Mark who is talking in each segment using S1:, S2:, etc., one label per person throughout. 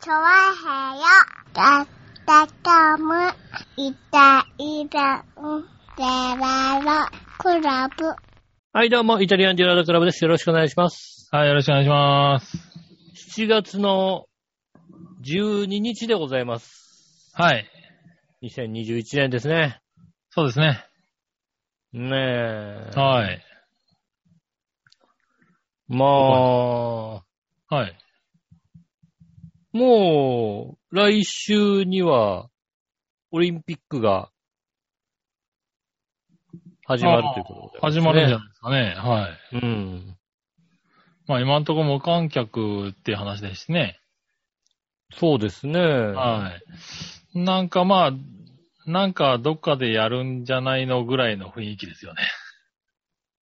S1: チョワヘヨだったかむいたいたんでららクラブ
S2: はい、どうも、イタリアンジェラードクラブです。よろしくお願いします。
S3: はい、よろしくお願いします。
S2: 7月の12日でございます。
S3: はい。
S2: 2021年ですね。
S3: そうですね。
S2: ねえ。
S3: はい。
S2: まあ、
S3: はい。
S2: もう、来週には、オリンピックが、始まるということで、
S3: 始まるんじゃないですかね。はい。
S2: うん。
S3: まあ今んとこ無観客っていう話ですしね。
S2: そうですね。
S3: はい。なんかまあ、なんかどっかでやるんじゃないのぐらいの雰囲気ですよね。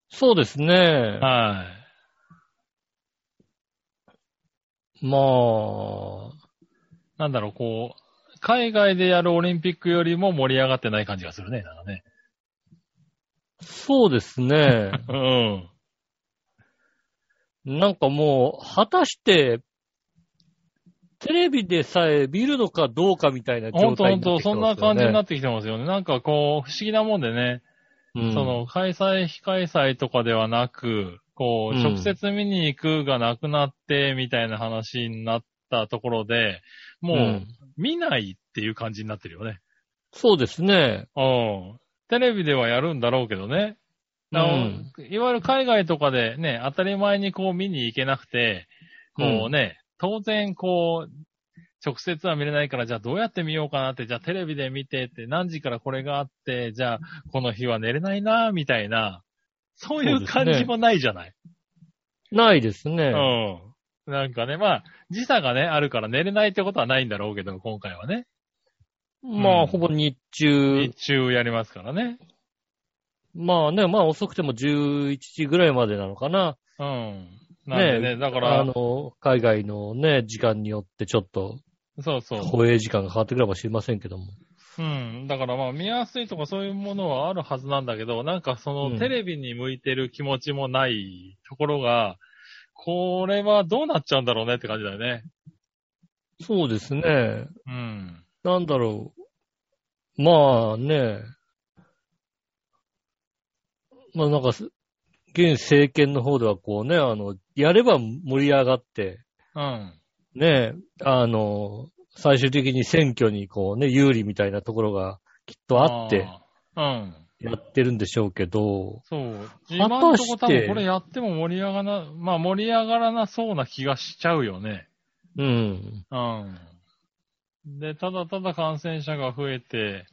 S2: そうですね。
S3: は
S2: ま
S3: い。なんだろう、こう、海外でやるオリンピックよりも盛り上がってない感じがするね、なんかね。
S2: あ、そうですね。
S3: うん。
S2: なんかもう、果たして、テレビでさえ見るのかどうかみたいな
S3: ほ
S2: 状
S3: んと
S2: 態
S3: ほ
S2: に
S3: ん
S2: なってき
S3: と、
S2: て
S3: そん
S2: ま
S3: な
S2: すよ
S3: 感じにな
S2: ね。
S3: ってきてますよね。なんかこう、不思議なもんでね。
S2: うん
S3: その、開催、非開催とかではなく、こう、
S2: うん
S3: 直接見に行くがなくなって、みたいな話になったところで、もう、
S2: うん
S3: 見ないっていう感じになってるよね。
S2: そうですね。
S3: うん。テレビではやるんだろうけどね。あの
S2: うん
S3: いわゆる海外とかでね、当たり前にこう見に行けなくて、こうね、当然こう、直接は見れないから、じゃあどうやって見ようかなって、じゃあテレビで見てって、何時からこれがあって、じゃあこの日は寝れないな、みたいな、そうい
S2: そう
S3: う
S2: ですね
S3: 感じもないじゃない。
S2: ないですね。
S3: うん。なんかね、まあ、時差がね、あるから寝れないってことはないんだろうけど、今回はね。
S2: ま
S3: う
S2: あ、
S3: ん
S2: ほぼ日中
S3: 日、中やりますからね。
S2: まあね、まあ遅くても11時ぐらいまでなのかな。
S3: うん。なんでね、
S2: え
S3: だか
S2: あ
S3: ら、
S2: の、海外のね、時間によってちょっと、
S3: そうそう。
S2: 放映時間が変わってくるかもしれませんけども。
S3: うん。だからまあ見やすいとかそういうものはあるはずなんだけど、なんかそ
S2: うん
S3: のテレビに向いてる気持ちもないところが、これはどうなっちゃうんだろうねって感じだよね。
S2: そうですね。
S3: うん。
S2: なんだろう。まあね。まあなんかす、現政権の方ではこうね、あの、やれば盛り上がって、
S3: うん。
S2: ね、あの、最終的に選挙にこうね、有利みたいなところがきっとあって
S3: あー。うん。
S2: やってるんでしょうけど、
S3: そう。
S2: 果
S3: 今
S2: た
S3: の
S2: して
S3: とこ多分これやっても盛り上がらな、まあ盛り上がらなそうな気がしちゃうよね。
S2: うん。
S3: うん。で、ただただ感染者が増えて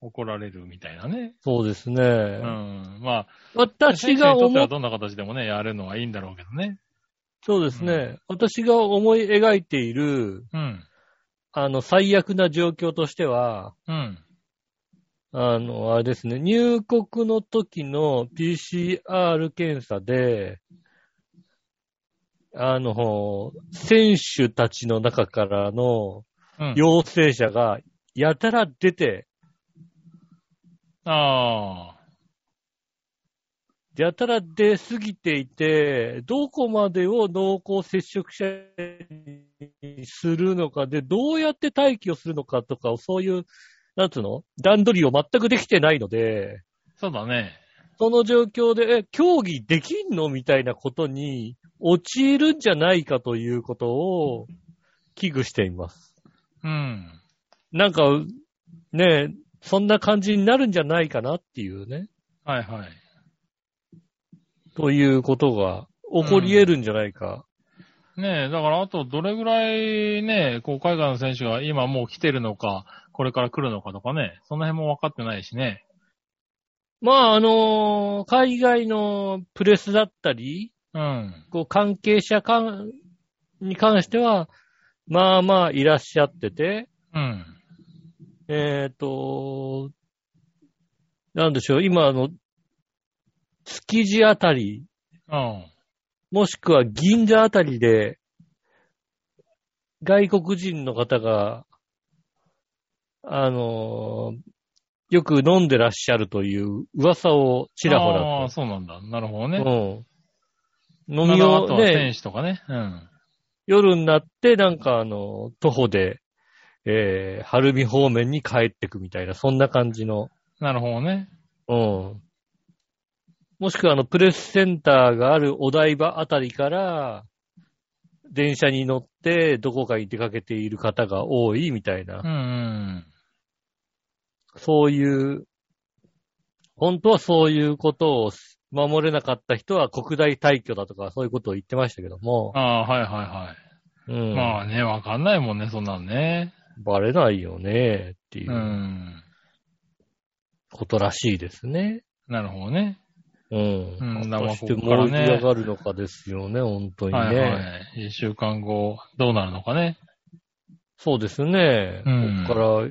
S3: 怒られるみたいなね。
S2: そうですね。
S3: うん。まあ、
S2: 私
S3: 選手
S2: が
S3: にとって
S2: 思
S3: は
S2: っ、
S3: どんな形でもね、やるのはいいんだろうけどね。
S2: そうですね、私が思い描いている、
S3: うん。
S2: あの、最悪な状況としては、
S3: うん。
S2: あの、あれですね、入国の時の PCR 検査で、あの、選手たちの中からの
S3: うん。
S2: 陽性者がやたら出て、
S3: あ
S2: やたら出すぎていて、どこまでを濃厚接触者にするのかで、どうやって待機をするのかとか、そういう、なんつうの段取りを全くできてないので、
S3: あ、そうだね。
S2: その状況で、え、競技できんのみたいなことに陥るんじゃないかということを危惧しています。
S3: うん。
S2: なんか、ねえ、そんな感じになるんじゃないかなっていうね、
S3: はいはい。
S2: ということが起こり得るんじゃないか。
S3: ねえ、だからあとどれぐらいね、こう海外の選手が今もう来てるのか、これから来るのかとかね、その辺も分かってないしね。
S2: まあ、あのー海外のプレスだったり、
S3: うん。
S2: こう関係者間に関しては、まあまあいらっしゃってて、
S3: うん。
S2: えっ、と、なんでしょう、今、あの、築地あたり、
S3: うん。
S2: もしくは銀座あたりで、外国人の方が、あのーよく飲んでらっしゃるという噂をちらほ
S3: ああ、
S2: ら
S3: そうなんだ。なるほど
S2: と。
S3: ね。
S2: うん。飲み
S3: ただあと
S2: を
S3: は選
S2: ね、
S3: 手とかね。うん。
S2: 夜になって、なんかあの、徒歩で、えー、晴海方面に帰ってくみたいな、そんな感じの。
S3: なるほどね。
S2: うん。もしくはあの、プレスセンターがあるお台場あたりから、電車に乗って、どこかに出かけている方が多いみたいな
S3: う、んうん。
S2: そういう、本当はそういうことを守れなかった人は国大退去だとか、そういうことを言ってましたけども、
S3: ああ、はいはいは
S2: うん
S3: い。まあね、わかんないもんね、そんなのね。。
S2: バレないよね、っていううんことらしいですね。
S3: なるほどね。
S2: うん。
S3: うん
S2: 果たして
S3: だ
S2: 盛
S3: からここからね
S2: り上がるのかですよね、本当にね。
S3: はいはい。一週間後、どうなるのかね。
S2: そうですね。
S3: うん
S2: ここから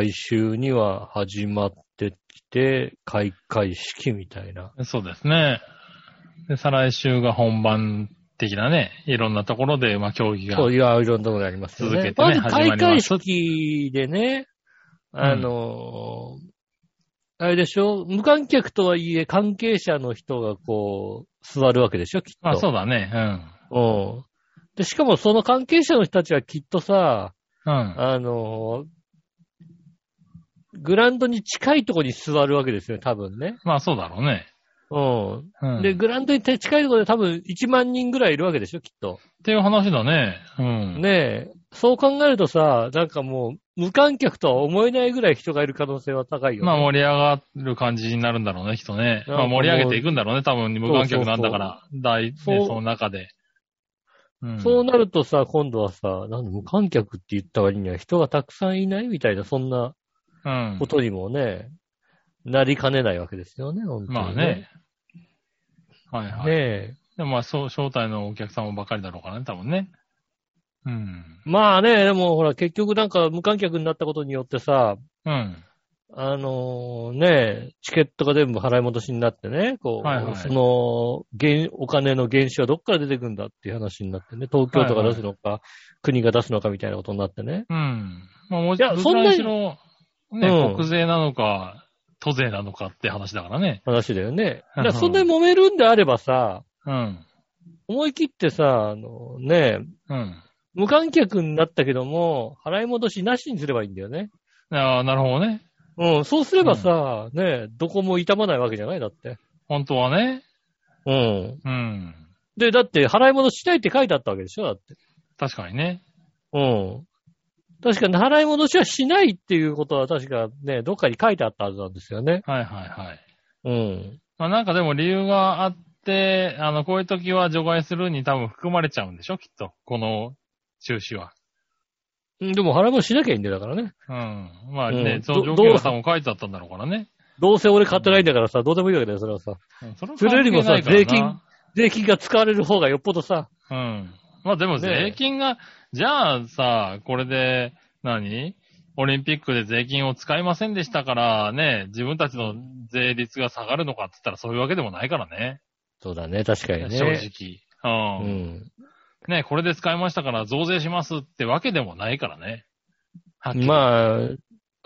S2: 来週には始まってきて、開会式みたいな。
S3: そうですね。で、再来週が本番的なね、いろんなところで、まあ、競技が。
S2: そういや、いろんなところにありますよね。
S3: 続けてね
S2: まず
S3: 始ま
S2: 開
S3: りま
S2: 会
S3: す
S2: 式でね、あのーあれでしょ無観客とはいえ関係者の人がこう、座るわけでしょきっと。
S3: まあ、そうだね。うん。
S2: うん。で、しかもその関係者の人たちはきっとさ、
S3: うん。
S2: あのーグラウンドに近いところに座るわけですよね、多分ね。
S3: まあ、そうだろうね。
S2: うん。
S3: うん。
S2: で、
S3: っ
S2: グラウンドに近いところで多分1万人ぐらいいるわけでしょ、きっと。
S3: ていう話だね。うん。
S2: ねえ。そう考えるとさ、なんかもう、無観客とは思えないぐらい人がいる可能性は高いよ、ね。
S3: まあ、盛り上がる感じになるんだろうね、きっとね。
S2: なんか
S3: まあ、盛り上げていくんだろうね、多分、無観客なんだから。大、ね、そ
S2: そう
S3: の中で。うん。
S2: そうなるとさ、今度はさ、なんで無観客って言った割には人がたくさんいないみたいな、そんな
S3: うん
S2: こ。とにもね、なりかねないわけですよね、本当に、
S3: まあね。。はいはい。
S2: ねえ。
S3: でもまあ、そう、招待のお客様ばかりだろうからね、多分ね。うん。
S2: まあね、でもほら、結局なんか無観客になったことによってさ、
S3: うん。
S2: あのーね、チケットが全部払い戻しになってね、こう、
S3: はいはい
S2: その、減お金の減収はどっから出てくるんだっていう話になってね、東京都が出すのか、国が出すのかみたいなことになってね。
S3: うん。まあ、もう
S2: いや
S3: ど
S2: そんな
S3: ちら
S2: に
S3: にしろ、ね、
S2: うん
S3: 国税なのか、都税なのかって話だからね。
S2: 話だよね。だか
S3: うんう
S2: ら
S3: ん
S2: そんなに揉めるんであればさ、
S3: うん。
S2: 思い切ってさ、あの、ね、
S3: うん。
S2: 無観客になったけども、払い戻しなしにすればいいんだよね。
S3: ああ、なるほどね。
S2: うん、そうすればさ、ね、どこも痛まないわけじゃないだって。
S3: 本当はね。
S2: うん。
S3: うん。
S2: で、だって払い戻しないって書いてあったわけでしょだって。
S3: 確かにね。
S2: うん。確かに払い戻しはしないっていうことは確かね、どっかに書いてあったはずなんですよね。
S3: はいはいはい。
S2: うん。
S3: まあ、なんかでも理由があって、あの、こういう時は除外するに多分含まれちゃうんでしょきっと。この中止は。
S2: でも払い戻ししなきゃいいんだよ、だからね。
S3: うん。まあね、
S2: うん
S3: その条
S2: ど
S3: 件が
S2: どう
S3: 多分書いてあったんだろうからね。
S2: どうせ俺買ってないんだからさ、どうでもいいわけだよ、それはさ。
S3: うんそれは
S2: それよりもさ
S3: 関係ないからな
S2: 税金税金が使われる方がよっぽどさ、
S3: うん。まあでも
S2: ねえ
S3: 税金が、じゃあさ、これで何、オリンピックで税金を使いませんでしたからね、自分たちの税率が下がるのかって言ったらそういうわけでもないからね。
S2: そうだね、確かにね。
S3: 正直。うん。
S2: うん。
S3: ね、これで使いましたから増税しますってわけでもないからね。はっきり
S2: まあ、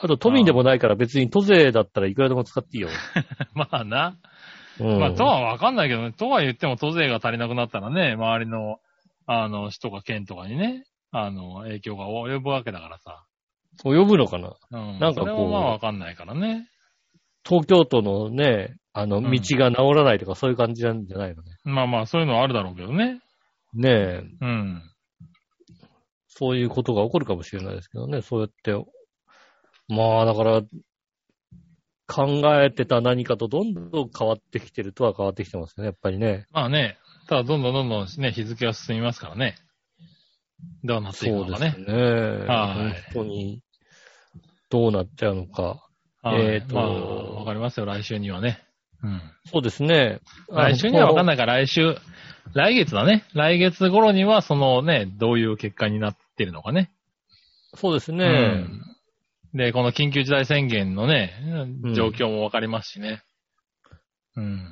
S2: あと都民でもないから別に都税だったらいくらでも使っていいよ。
S3: まあな。
S2: うん。
S3: まあとはわかんないけどね、とは言っても都税が足りなくなったらね、周りの、あの、市とか県とかにね、あの、影響が及ぶわけだからさ。
S2: 及ぶのかな
S3: うん。
S2: なんかこう
S3: それはまあわかんないからね。
S2: 東京都のね、あの、
S3: うん
S2: 道が直らないとかそういう感じなんじゃないのね。
S3: まあまあ、そういうのはあるだろうけどね。
S2: ねえ。
S3: うん。
S2: そういうことが起こるかもしれないですけどね、そうやって。まあ、だから、考えてた何かとどんどん変わってきてるとは変わってきてますよね、やっぱりね。
S3: まあね、ただどんどんどんどんね、日付は進みますからね。どうなっていく
S2: そう
S3: の
S2: で
S3: か
S2: す
S3: ね。
S2: ね。
S3: はい
S2: 本当に、どうなっちゃうのか。
S3: はい
S2: えーと
S3: まあ、わかりますよ、来週にはね。うん。
S2: そうですね。
S3: 来週にはわかん
S2: ない。
S3: ないから、来週、来月だね。来月頃には、そのね、どういう結果になってるのかね。
S2: そうですね。
S3: うんで、この緊急事態宣言のね
S2: う、ん
S3: 状況もわかりますしね。うん。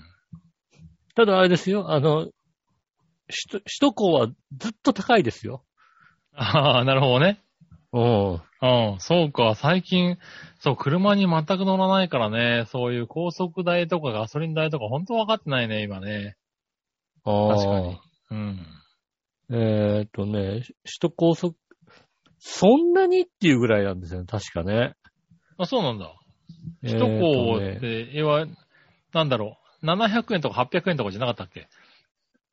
S2: ただあれですよ、あの、首都首都高はずっと高いですよ。
S3: ああ、なるほどね。
S2: うん。
S3: うん、そうか、最近、そう、車に全く乗らないからね、そういう高速代とかガソリン代とか、本当分かってないね、今ね。
S2: あー
S3: 確かに。うん。
S2: えーっとね、し首都高速、そんなにっていうぐらいなんですよね、確かね。
S3: あ、そうなんだ。
S2: え
S3: 首
S2: ー
S3: 都高
S2: っとね
S3: って、えは、なんだろう。700円とか800円とかじゃなかったっけ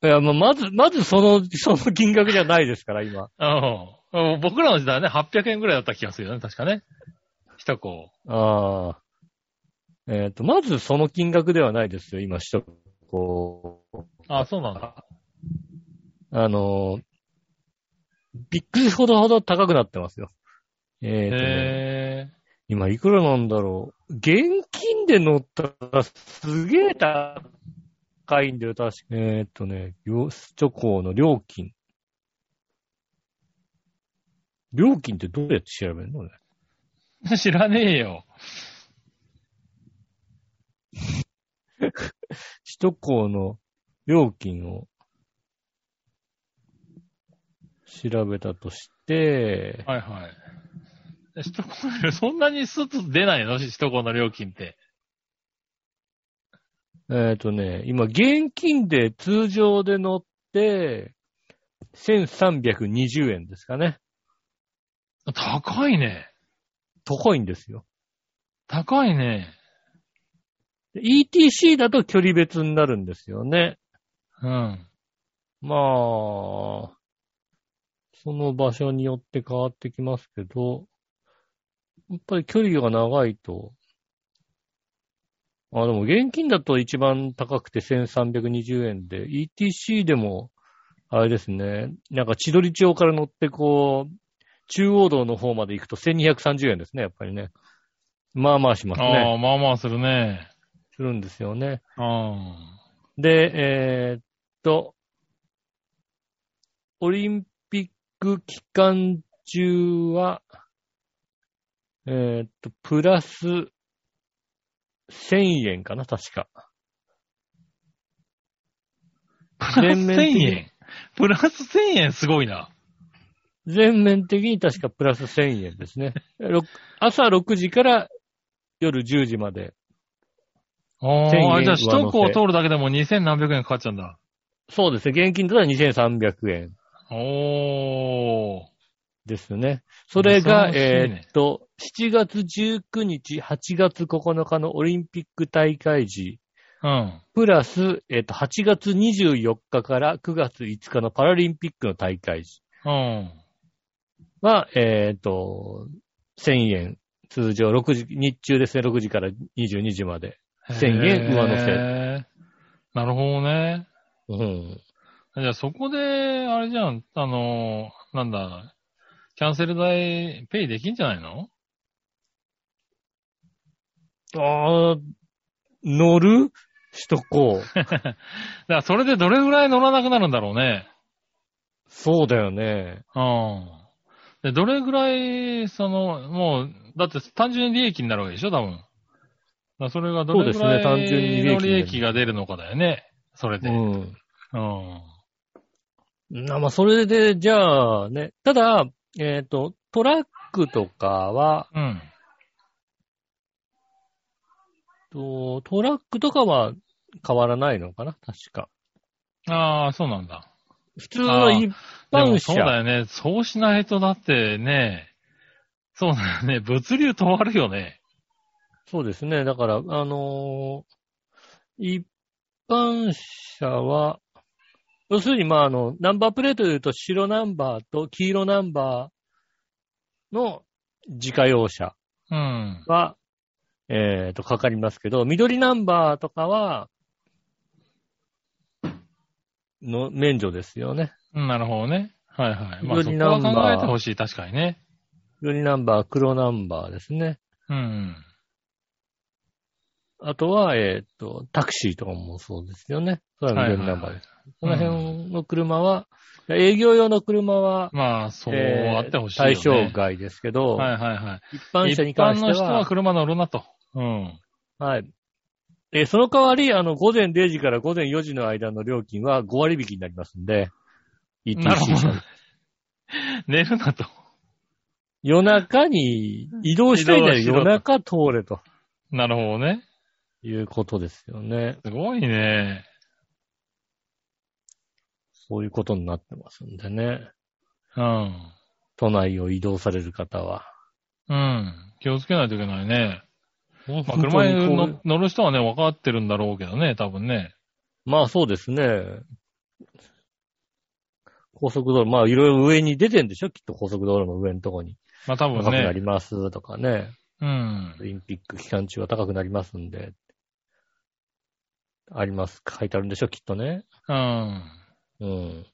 S2: いや、まあまず、まずその、その金額じゃないですから、今。
S3: うん。僕らの時代はね、800円ぐらいだった気がするよね、確かね。首都高。
S2: ああ。えっ、と、まずその金額ではないですよ、今、首都高。
S3: あ、そうなんだ。
S2: あのー、びっくりほどほど高くなってますよ。えっ、とね、
S3: へ
S2: 今いくらなんだろう。現金で乗ったらすげえ高いんだよ、確か。えーっとね、よ首都高の料金。料金ってどうやって調べるのね。
S3: え。 知らねえよ。
S2: 首都高の料金を調べたとして、
S3: はいはい。え首都高、そんなにスッと出ないの首都高の料金って。
S2: えっ、とね、今、現金で通常で乗って、1320円ですかね。
S3: 高いね。
S2: 高いんですよ。
S3: 高いね。
S2: で ETC だと距離別になるんですよね。
S3: うん。
S2: まあ、その場所によって変わってきますけど、やっぱり距離が長いと、あ、でも現金だと一番高くて1320円で、ETC でも、あれですね、なんか千鳥町から乗ってこう、中央道の方まで行くと1230円ですね、やっぱりね。まあまあします
S3: あ
S2: ね。
S3: あ、まあまあするね。
S2: するんですよね。
S3: あ
S2: で、えーっと、オリンピック期間中は、えーっと、プラス1000円かな、確か。
S3: あ。プラス
S2: 全
S3: 1000
S2: 面的に
S3: 円。プラス1000円すごいな。
S2: 全面的に確かプラス1000円ですね。ろく朝6時から夜10時まで。
S3: あ
S2: 1000円
S3: あ、あれじゃあ首
S2: 上乗
S3: 都
S2: せ
S3: 高通るだけでも2000何百円かかっちゃうんだ。
S2: そうですね、現金だったら2300円。
S3: おー。
S2: ですね。それが、
S3: 恐ろしいね
S2: えーっと、7月19日、8月9日のオリンピック大会時、
S3: うん。
S2: プラス、えーっと、8月24日から9月5日のパラリンピックの大会時
S3: うん。
S2: は、えーっと、1000円。通常6時、日中ですね、6時から22時まで。1000円上乗せ
S3: せ。なるほどね。
S2: うん。
S3: じゃあそこで、あれじゃん、あのー、なんだ、キャンセル代ペイできんじゃないの
S2: あー乗るしとこう。
S3: だからそれでどれぐらい乗らなくなるんだろうね。
S2: そうだよね。
S3: うん。で、どれぐらい、その、もう、だって単純に利益になるわけでしょ、多分。だからそれがどれぐら
S2: そうですね単純に
S3: い
S2: 利益に
S3: の
S2: なる
S3: 利益が出るのかだよね。それ
S2: う
S3: で。うん。
S2: ん。なまあ、それで、じゃあね、ただ、えっ、と、トラックとかは、
S3: うん。
S2: とトラックとかは変わらないのかな確か。
S3: ああ、そうなんだ。
S2: 普通の一
S3: でも
S2: 般
S3: そ
S2: 車
S3: う。だよね。そうしないとだってね、そうだよね。物流止まるよね。
S2: そうですね。だから、あのー一般車は、要するに、まあ、あの、ナンバープレートで言うと白ナンバーと黄色ナンバーの自家用車。
S3: うん。
S2: は、えっ、と、かかりますけど、緑ナンバーとかは、の、免除ですよね。
S3: うんなるほどね。はいはい。まあ
S2: 非常
S3: そこ
S2: にナンバー
S3: は考えてほしい。確かにね。
S2: 緑ナンバー、黒ナンバーですね。
S3: うん。
S2: あとは、えっ、と、タクシーとかもそうですよね。それは緑ナンバーです。こ
S3: はいはいはい
S2: の辺の車は、営業用の車は、
S3: まあ、そう
S2: えー
S3: あってほしいよね。
S2: 対象外ですけど、
S3: はいはいはい。
S2: 一般車に
S3: 一
S2: 関
S3: 般
S2: して
S3: の人は
S2: は、
S3: 車乗るなと。うん。
S2: はい。えーその代わり、あの、午前0時から午前4時の間の料金は5割引きになりますんで、
S3: なるほ
S2: ETC さん
S3: ど。寝るなと。
S2: 夜中に移動したいなら夜中通れと
S3: なるほどね。
S2: いうことですよね。
S3: すごいね。
S2: そういうことになってますんでね。
S3: うん。
S2: 都内を移動される方は。
S3: うん。気をつけないといけないね。まあ、
S2: 本当
S3: 車
S2: にこう
S3: に乗乗る人はね、分かってるんだろうけどね、多分ね。
S2: まあそうですね。高速道路、まあいろいろ上に出てんでしょきっと高速道路の上のとこに。
S3: まあ多分
S2: 高くなり
S3: ね。
S2: ますとかね。
S3: うん
S2: オ。リンピック期間中は高くなりますんで。あります。書いてあるんでしょきっとね。
S3: うん。
S2: うん。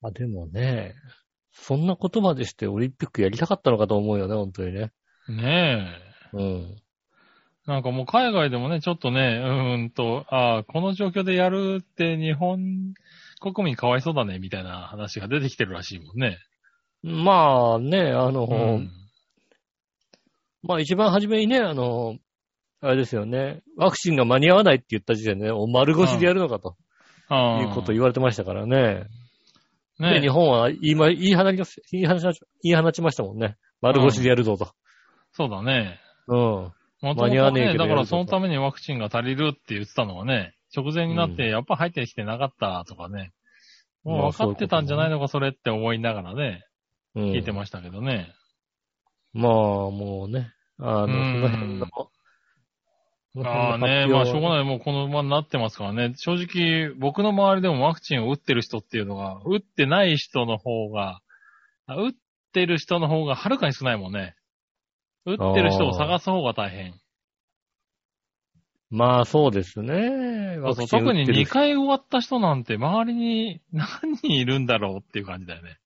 S2: まあでもね、そんなことまでしてオリンピックやりたかったのかと思うよね、本当にね。
S3: ねえ。
S2: うん。
S3: なんかもう海外でもね、ちょっとね、うーんと、ああ、この状況でやるって日本国民かわいそうだね、みたいな話が出てきてるらしいもんね。
S2: まあね、あの、
S3: うん。
S2: まあ一番初めにね、あの、あれですよね、ワクチンが間に合わないって言った時点でね、お丸腰でやるのかと
S3: ああ
S2: いうことを言われてましたからね。で、
S3: ね
S2: 日本は言いま、言い放ち、言い放ち、言い放ちましたもんね。丸腰でやるぞと。
S3: そうだね。
S2: うん。
S3: も
S2: 間に合わねえけどやるぞ
S3: だ
S2: と
S3: からそのためにワクチンが足りるって言ってたのはね、直前になっ
S2: う
S3: てやっぱ入ってきてなかったとかね。
S2: ま
S3: も
S2: あ
S3: う分かってたんじゃないのか、それって思いながらね、
S2: うん。
S3: 聞いてましたけどね。
S2: まあ、もうね、あの、そ
S3: うん
S2: の辺の、その辺の
S3: ああね、まあしょうがない。もうこのままになってますからね。正直、僕の周りでもワクチンを打ってる人っていうのが、打ってない人の方が、あ打ってる人の方がはるかに少ないもんね。打ってる人を探す方が大変。
S2: まあそうですね。
S3: そう
S2: ワ
S3: そ
S2: ク
S3: う
S2: チン打
S3: 特
S2: って
S3: に
S2: る
S3: 2回終わった人なんて周りに何人いるんだろうっていう感じだよね。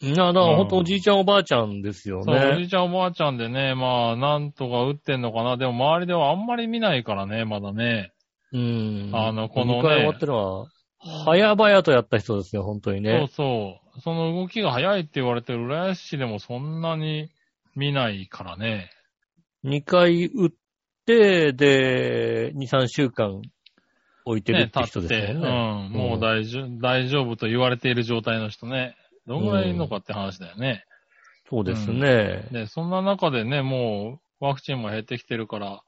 S2: いや、だから本当
S3: うん
S2: おじいちゃんおばあちゃんですよ
S3: そう、おじ
S2: ね。
S3: いちゃんおばあちゃんでね、まあ、なんとか打ってんのかな。でも周りではあんまり見ないからね、まだね。
S2: うん。
S3: あのこのね
S2: 2回終わってるのは、早々とやった人ですよ、本当にね。
S3: そうそう。その動きが早いって言われてる浦安市でもそんなに見ないからね。
S2: 2回打って、で、2、3週間置いてる
S3: ね
S2: っ、て人です
S3: う
S2: よ
S3: ん
S2: ね。。
S3: もう大丈夫、大丈夫と言われている状態の人ね。どんぐらいいるのかって話だよね。
S2: そうですね。
S3: で、そんな中でね、もうワクチンも減ってきてるから、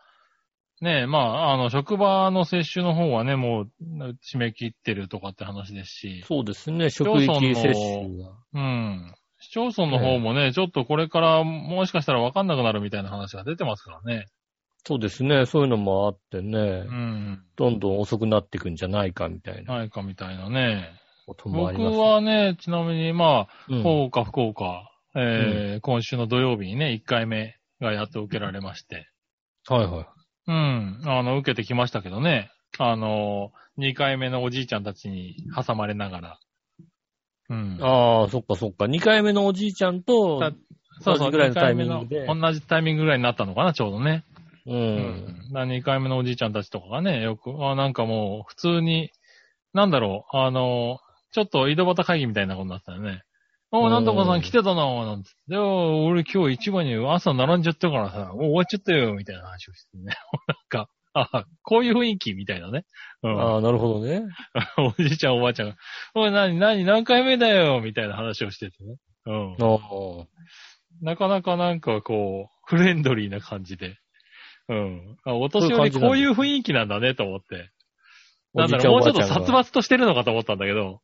S3: ねまあ、あの、職場の接種の方はね、もう締め切ってるとかって話ですし、
S2: そうですね、職域接種が。
S3: うん。市町村の方もね、ちょっとこれからもしかしたらわかんなくなるみたいな話が出てますからね。
S2: そうですね、そういうのもあってね
S3: う、ん。
S2: どんどん遅くなっていくんじゃないかみたいな
S3: ないかみたいなね。
S2: こともあり
S3: 僕
S2: ます。
S3: はね、ちなみに、ま
S2: う
S3: あ、
S2: ん
S3: 福岡、福岡、えー今週の土曜日にね、1回目がやっと受けられまして。
S2: はいはい。
S3: うん。あの、受けてきましたけどね。あの、2回目のおじいちゃんたちに挟まれながら。うん。
S2: ああ、そっかそっか。2回目のおじいちゃんと、
S3: たそうそう、
S2: 同じぐらい
S3: 2
S2: の
S3: 回目の
S2: タイミングで
S3: 同じタイミングぐらいになったのかな、ちょうどね。
S2: う。。
S3: うん2回目のおじいちゃんたちとかがね、よく、あなんかもう、普通に、なんだろう、あの、ちょっと井戸端会議みたいなことになってたよね。お
S2: う
S3: ー
S2: ん
S3: なんとかさん来てたなぁ、なんて。でも、俺今日市場に朝並んじゃったからさ、もう終わっちゃったよ、みたいな話をしてね。 なんか、あこういう雰囲気みたいなね。うん。
S2: ああ、なるほどね。
S3: おじいちゃん、おばあちゃんが、おい、なに、なに、何回目だよ、みたいな話をしててね。うん。
S2: ああ
S3: なかなかなんかこう、フレンドリーな感じで。うん。あお年
S2: そ
S3: 寄
S2: ういう感
S3: り
S2: じなんだ
S3: こういう雰囲気なんだねと思って。
S2: お
S3: なん
S2: じ
S3: だ
S2: いちゃ
S3: ろう、
S2: ん
S3: も
S2: お
S3: う
S2: ば
S3: ちょ
S2: あ
S3: っ
S2: ち
S3: と
S2: ゃんが
S3: 殺伐としてるのかと思ったんだけど。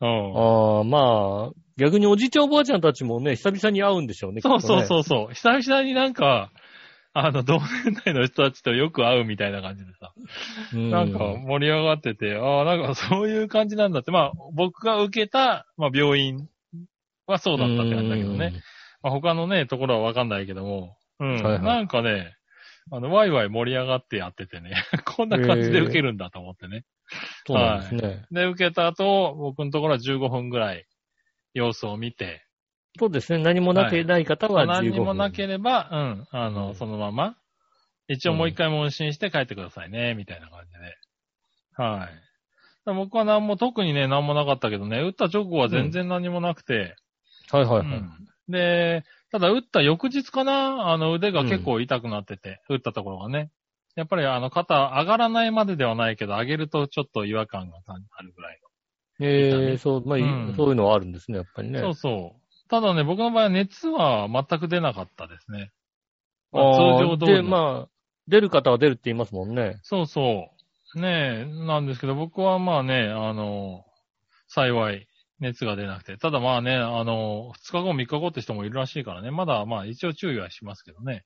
S3: うん。
S2: ああ、まあ、逆におじいちゃんおばあちゃんたちもね、久々に会うんでしょうね。
S3: そうそう
S2: う。
S3: そうそう。久々になんか、あの、同年代の人たちとよく会うみたいな感じでさ。なんか盛り上がってて、ああ、なんかそういう感じなんだって。まあ、僕が受けた、まあ、病院はそうだったって感じだけどね。。まあ、他のね、ところはわかんないけども、うん。
S2: はいはい
S3: なんかね、あの、ワイワイ盛り上がってやっててね、 こんな感じで受けるんだと思ってね。
S2: そうなんですね。
S3: で、受けた後、僕のところは15分ぐらい様子を見て、
S2: そうですね。何もなけない方は15分。
S3: 何にもなければ、うん、あの、
S2: うん
S3: そのまま、一応もう一回問診して帰ってくださいね、みたいな感じで。はい。だから僕は何も、特にね、何もなかったけどね、打った直後は全然何もなくて、
S2: はいはいうはい。
S3: んで、ただ打った翌日かな、あの腕が結構痛くなってて、打ったところがね。やっぱりあの肩上がらないまでではないけど、上げるとちょっと違和感があるぐらい
S2: ええ、そう、まあ、
S3: うん
S2: そういうのはあるんですね、やっぱりね。
S3: の。そうそう。ただね、僕の場合は熱は全く出なかったですね。まあ
S2: ああ
S3: 通常通り
S2: で、
S3: の。
S2: まあ、出る方は出るって言いますもんね。
S3: そうそう。ねえ、なんですけど、僕はまあね、あの、幸い、熱が出なくて。ただまあね、あの、2日後、3日後って人もいるらしいからね。まだまあ一応注意はしますけどね。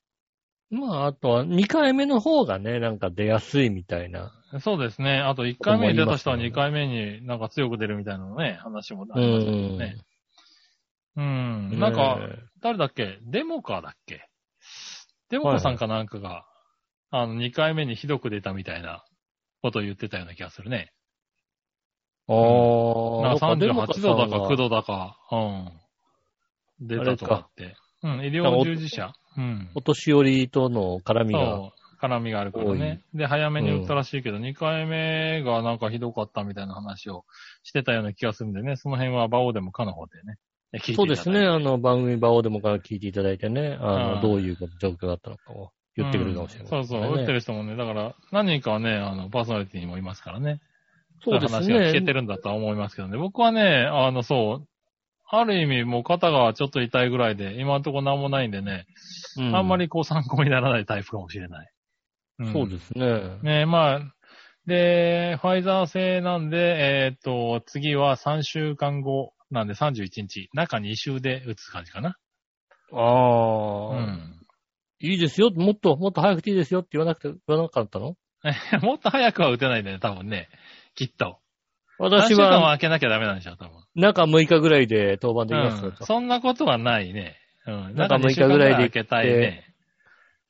S2: まあ、あとは2回目の方がね、なんか出やすいみたいな。
S3: そうですね。あと1回目に出た人は
S2: 思い
S3: 2
S2: ま
S3: 回目になんか強く出るみたいなのね、話もありましたけどね。うん。なんか、
S2: ね
S3: 誰だっけデモカーだっけデモカさんかなんかが、あの、2回目にひどく出たみたいなことを言ってたような気がするね。
S2: え、あ
S3: な
S2: あ、
S3: んか38度だか9
S2: 度。
S3: 度だか、うん。出たとかって。うん、医
S2: なんか
S3: 療
S2: お
S3: 従事者。うん。
S2: お年寄りとの絡みが。
S3: そう、絡みがあるからね。で、早めに打ったらしいけど、2回目がなんかひどかったみたいな話をしてたような気がするんでね、その辺は馬王でもかの方でね。え聞いていた
S2: そうで
S3: だいて
S2: すね。。あの、番組場をでもから聞いていただいてね、あ
S3: うん
S2: の、どういう状況だったのかを言ってくれるかもしれない、
S3: うんそうそう、打って
S2: る。
S3: る人もね、だから、何人かはね、あの、パーソナリティにもいますからね。
S2: そうです
S3: そういう話が聞けて
S2: ね。
S3: るんだとは思いますけどね。僕はね、あの、そう、ある意味もう肩がちょっと痛いぐらいで、今のところ何もないんでね、
S2: うん
S3: あんまりこう参考にならないタイプかもしれない。うん
S2: そうですね。
S3: ねえ、まあ、で、ファイザー製なんで、えーっと、次は3週間後なんで31日、中2週で打つ感じかな。う
S2: ああ、
S3: ん。
S2: いいですよ。もっと、もっと早くていいですよって言わなくて、言わなかったの
S3: もっと早くは打てないんだよね、多分ね。きっと。3
S2: 私
S3: 週間は
S2: は、
S3: 開けなきゃダメなんでしょ、多分。
S2: 中6日ぐらいで登板できます
S3: う
S2: よ
S3: ん
S2: と、
S3: そんなことはないね。うん。
S2: なんか
S3: 2週間開けたいね。うん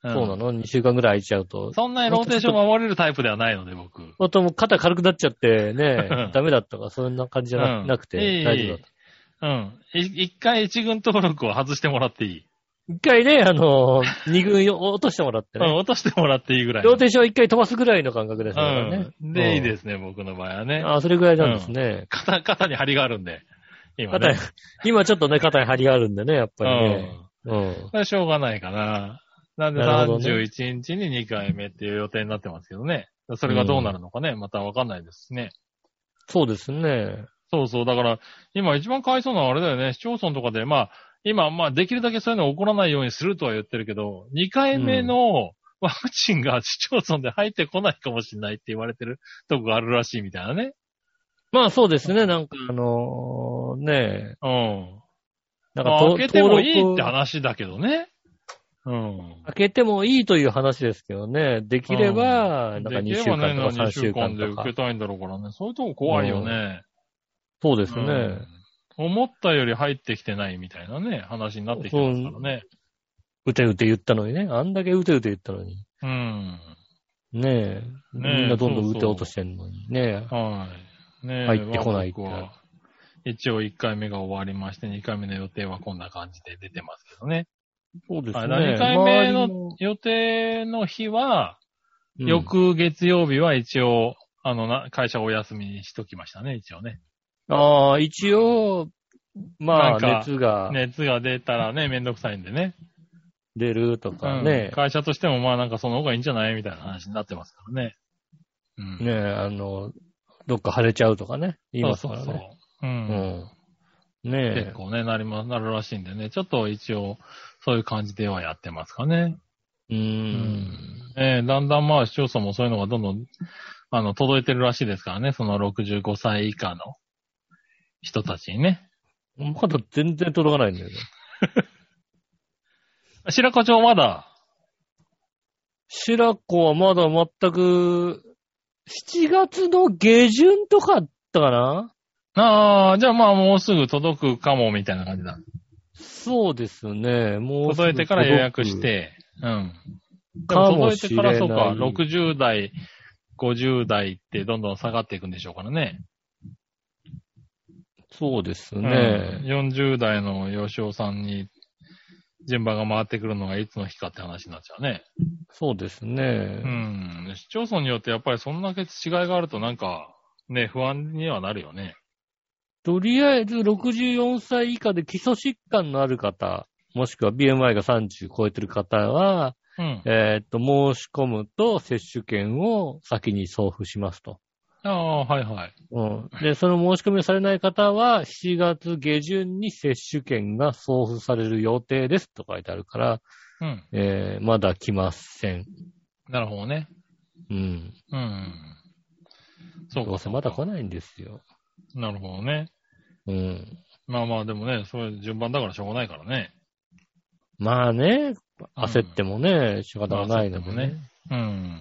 S2: そうなの ?2 週間ぐらい空いちゃうと。
S3: そんなにローテーション守れるタイプではないので、僕。
S2: もっともう肩軽くなっちゃって
S3: うん
S2: ね、ダメだったから、そんな感じじゃな,、
S3: うん
S2: くて、
S3: いい
S2: 大丈夫だった。
S3: うん。い一回一軍登録を外してもらっていい。
S2: 一回ね、あのー、二軍よ落としてもらって
S3: うん
S2: ね、、
S3: 落としてもらっていいぐらいの。
S2: ローテーション一回飛ばすぐらいの感覚ですからね。
S3: うん。で、いい
S2: す
S3: ですね、僕の場合はね。
S2: あ、それぐらいなんですね。
S3: 肩、肩に張りがあるんで。今
S2: 肩
S3: ね。
S2: に、今ちょっとね、肩に張りがあるんでね、やっぱり
S3: うん
S2: ね。。うん。
S3: それはしょうがないかな。なんで
S2: なるほどね
S3: 31日に2回目っていう予定になってますけどね。それがどうなるのかね、またわかんないですしね。
S2: そうですね。
S3: そうそう。だから、今一番かわいそうなのはあれだよね。市町村とかで、まあ、今、まあ、できるだけそういうの起こらないようにするとは言ってるけど、2回目のワクチンが市町村で入ってこないかもしれないって言われてるとこがあるらしいみたいなね。
S2: まあそうですね、なんかあのーね、
S3: うん。
S2: なん
S3: ま
S2: か
S3: あ
S2: と
S3: 開けてもいいっ
S2: 登
S3: て
S2: 録
S3: 話だけどね。うん。
S2: 開けてもいいという話ですけどね、できれば、なんか2週間
S3: できれば
S2: と
S3: ね
S2: か3
S3: 2
S2: 週間
S3: で
S2: と
S3: 受
S2: か
S3: け。たいんだろうからね。そういうとこ怖いよね。
S2: そうですね。
S3: うん思ったより入ってきてないみたいなね、話になってきてますからね。
S2: うてうて言ったのにね、あんだけうてうて言ったのに。
S3: うん。
S2: ねえ、
S3: ねえ
S2: みんなどんどん打て落としてんのにね
S3: はい。ねえ
S2: 入ってこないって
S3: 僕は一応1回目が終わりまして、2回目の予定はこんな感じで出てますけどね。
S2: そうですね。
S3: 2回目の予定の日は、
S2: く、
S3: 翌月曜日は一応、あのな、会社お休みにしときましたね、一応ね。
S2: ああ、一応、ま
S3: なん
S2: あ、
S3: か
S2: 熱が
S3: 熱が出たらね、めんどくさいんでね。
S2: 出るとか
S3: うん
S2: ね、
S3: 会社としてもまあなんかその方がいいんじゃないみたいな話になってますからね。うん。
S2: ねえ、あの、どっか腫れちゃうとかね、言いますからね。
S3: そうそうそう。うん。
S2: うん。ねえ
S3: 結。構ね、なりま、なるらしいんでね。ちょっと一応、そういう感じではやってますかね。
S2: うー。。
S3: うんええだんだんまあ、市町村もそういうのがどんどん、あの、届いてるらしいですからね。その65歳以下の人たちにね。
S2: まだ全然届かないんだよね。
S3: 白子町まだ、
S2: 白子はまだ全く、7月の下旬とかだったかな
S3: ああ、じゃあまあもうすぐ届くかも、みたいな感じだ。
S2: そうですね。もうすぐ
S3: 届いてから予約し。て、うん。でも
S2: かも
S3: 届い
S2: してれ
S3: か
S2: ない
S3: らそうか、60代、50代ってどんどん下がっていくんでしょうからね。
S2: そうですね。
S3: うん、40代の吉尾さんに順番が回ってくるのがいつの日かって話になっちゃうね。
S2: そうですね。
S3: うん。市町村によってやっぱりそんだけ違いがあるとなんか、ね、不安にはなるよね。
S2: とりあえず64歳以下で基礎疾患のある方、もしくは BMI が30超えてる方は、
S3: うん。
S2: えーっと、申し込むと接種券を先に送付しますと。
S3: ああ、はいはい。
S2: うん。で、その申し込みをされない方は、7月下旬に接種券が送付される予定ですと書いてあるから、
S3: うん。
S2: えー、まだ来ません。
S3: なるほどね。
S2: うん。
S3: うん。そうか。
S2: どうせまだ来ないんですよ。
S3: なるほどね。
S2: うん。
S3: まあまあ、でもね、それ順番だからしょうがないからね。
S2: まあね、焦ってもね、仕方がないので
S3: まあ焦って
S2: ね。
S3: うん。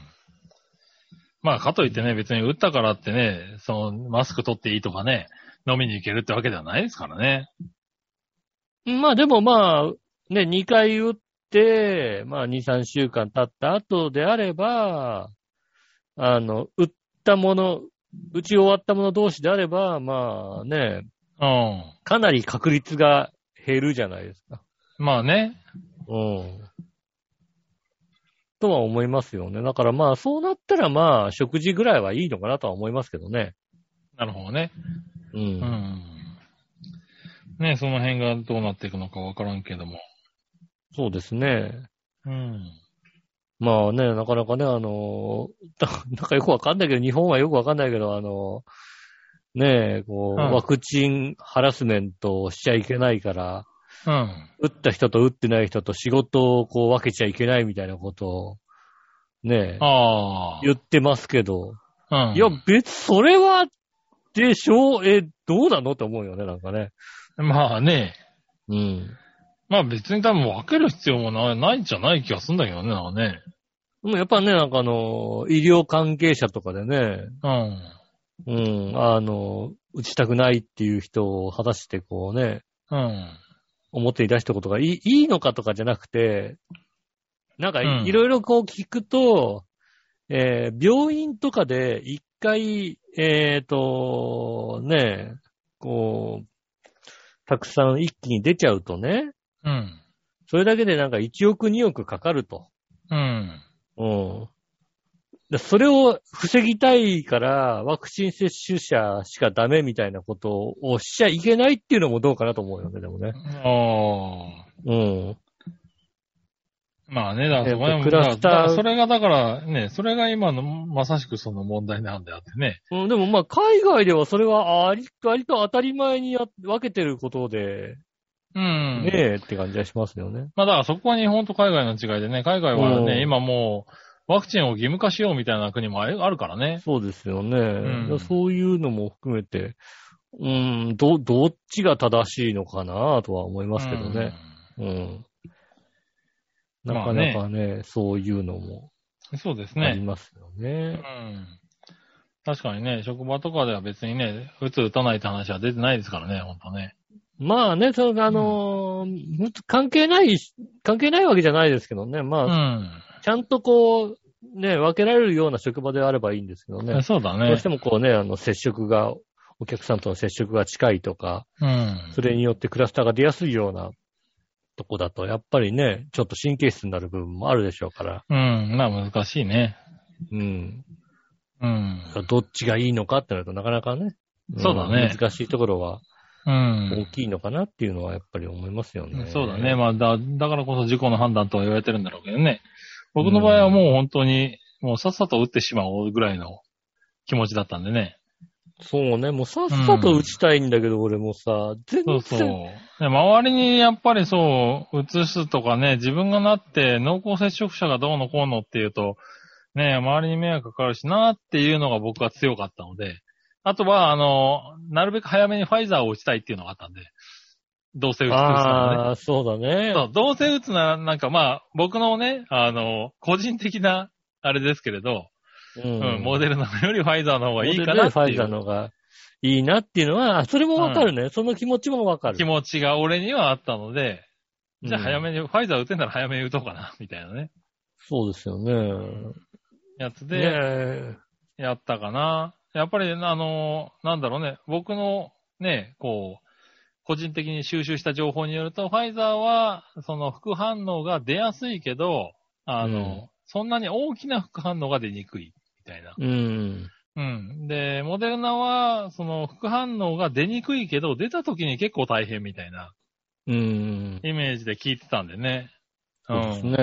S3: まあ、かといってね、別に打ったからってね、その、マスク取っていいとかね、飲みに行けるってわけではないですからね。
S2: まあでもまあ、ね、2回打って、まあ2、3週間経った後であれば、あの、打ったもの、打ち終わったもの同士であれば、まあね、
S3: うん。
S2: かなり確率が減るじゃないですか。
S3: まあね。
S2: うん。とは思いますよね。だからまあそうなったらまあ食事ぐらいはいいのかなとは思いますけどね。
S3: なるほどね。
S2: う。
S3: うんん。ねその辺がどうなっていくのかわからんけども。
S2: そうですね。
S3: うん。
S2: まあね、なか なかね、あの、だなんかよくわかんないけど、日本はよくわかんないけど、あの、ねえ、こう、
S3: うん
S2: ワクチンハラスメントをしちゃいけないから、
S3: うん。
S2: 打った人と打ってない人と仕事をこう分けちゃいけないみたいなことを、ねえ、
S3: あ
S2: 言ってますけど、
S3: あ。うん。
S2: いや、別、それは、でしょう、え、どうなのって思うよね、なんかね。
S3: まあね。
S2: うん。
S3: まあ別に多分分ける必要もないないんじゃない気がするんだけどね、なんかね。
S2: でもやっぱね、なんかあの、医療関係者とかでね、
S3: うん。
S2: うん、あの、打ちたくないっていう人を果たしてこうね、
S3: うん。
S2: 表に出したことがいいいいのかとかじゃなくて、なんか
S3: うん
S2: いろいろこう聞くと、えー病院とかで一回、えっ、と、ね、こう、たくさん一気に出ちゃうとね、
S3: うん。
S2: それだけでなんか1億2億かかると。
S3: うん。
S2: うん。だそれを防ぎたいから、ワクチン接種者しかダメみたいなことをしちゃいけないっていうのもどうかなと思うよね、でもね。
S3: ああ。
S2: うん。
S3: まあね、だからそこで
S2: えっ
S3: も
S2: とクラスター
S3: だからそれがだからね、それが今のまさしくその問題なんであってね。
S2: うん、でもまあ、海外ではそれはあり、割と当たり前にや分けてることで、
S3: うん。
S2: ねえって感じがしますよね。
S3: まあだからそこは日本と海外の違いでね、海外は
S2: うん
S3: ね、今もうワクチンを義務化しようみたいな国もああるからね。
S2: そうですよね。
S3: ん
S2: そういうのも含めて、うん、ど、どっちが正しいのかなとは思いますけどね。うん。なかな
S3: ま
S2: かね、そういうのも
S3: うん。そうです
S2: あり
S3: ね。
S2: ますよ
S3: う
S2: ね。
S3: ん。確かにね、職場とかでは別にね、打つ打たないって話は出てないですからね、ほんとね。
S2: まあね、その、あのー関係ない、関係ないわけじゃないですけどね。ま
S3: う
S2: あ、
S3: ん。
S2: ちゃんとこう、ね、分けられるような職場であればいいんですけどね。
S3: そうだ
S2: どう
S3: ね
S2: して。もこうね、あの、接触が、お客さんとの接触が近いとか、
S3: うん。
S2: それによってクラスターが出やすいようなとこだと、やっぱりね、ちょっと神経質になる部分もあるでしょうから、
S3: うん。まあ難しいね。
S2: うん。
S3: うん。
S2: どっちがいいのかってなるとなかなかね、ん
S3: そうだね
S2: 難しいところは
S3: うん。
S2: 大きいのかなっていうのはやっぱり思いますよね。
S3: そうだね。。まあ、だ、だからこそ事故の判断とは言われてるんだろうけどね。僕の場合はもう本当に、もうさっさと打ってしまおうぐらいの気持ちだったんでね。
S2: そうね、もうさっさと打ちたいんだけど、俺もさ、全
S3: そ
S2: 然
S3: うそう。で周りにやっぱりそう、移すとかね、自分がなって濃厚接触者がどうのこうのっていうと、ね、周りに迷惑かかるしなっていうのが僕は強かったので、あとは、あの、なるべく早めにファイザーを打ちたいっていうのがあったんで、どうせ打つとしたらね。
S2: ああ、そうだ ね。
S3: そう、どうせ打つなら、なんかまあ、僕のね、あの、個人的な、あれですけれど、
S2: う
S3: うんん、モデルナよりファイザーの方がいい
S2: モ
S3: かな
S2: デルで
S3: っ
S2: フ
S3: て
S2: ァ
S3: い
S2: イザー
S3: う
S2: の方がいいなっていうのは、あそれもわかるね、その気持ちもわかる。
S3: 気持ちが俺にはあったので、じゃあ早
S2: うん
S3: めに、ファイザー打てんなら早めに打とうかな、みたいなね、
S2: そうですよね。
S3: やつ
S2: ね
S3: で、
S2: え
S3: やったかな。やっぱり、あの、なんだろうね、僕のね、こう、個人的に収集した情報によると、ファイザーは、その副反応が出やすいけど、あの、
S2: うん
S3: そんなに大きな副反応が出にくい、みたいな。
S2: うん。
S3: うん。で、モデルナは、その、副反応が出にくいけど、出た時に結構大変みたいな
S2: うん。
S3: イメージで聞いてたんでね。
S2: そうです
S3: ん。
S2: ね。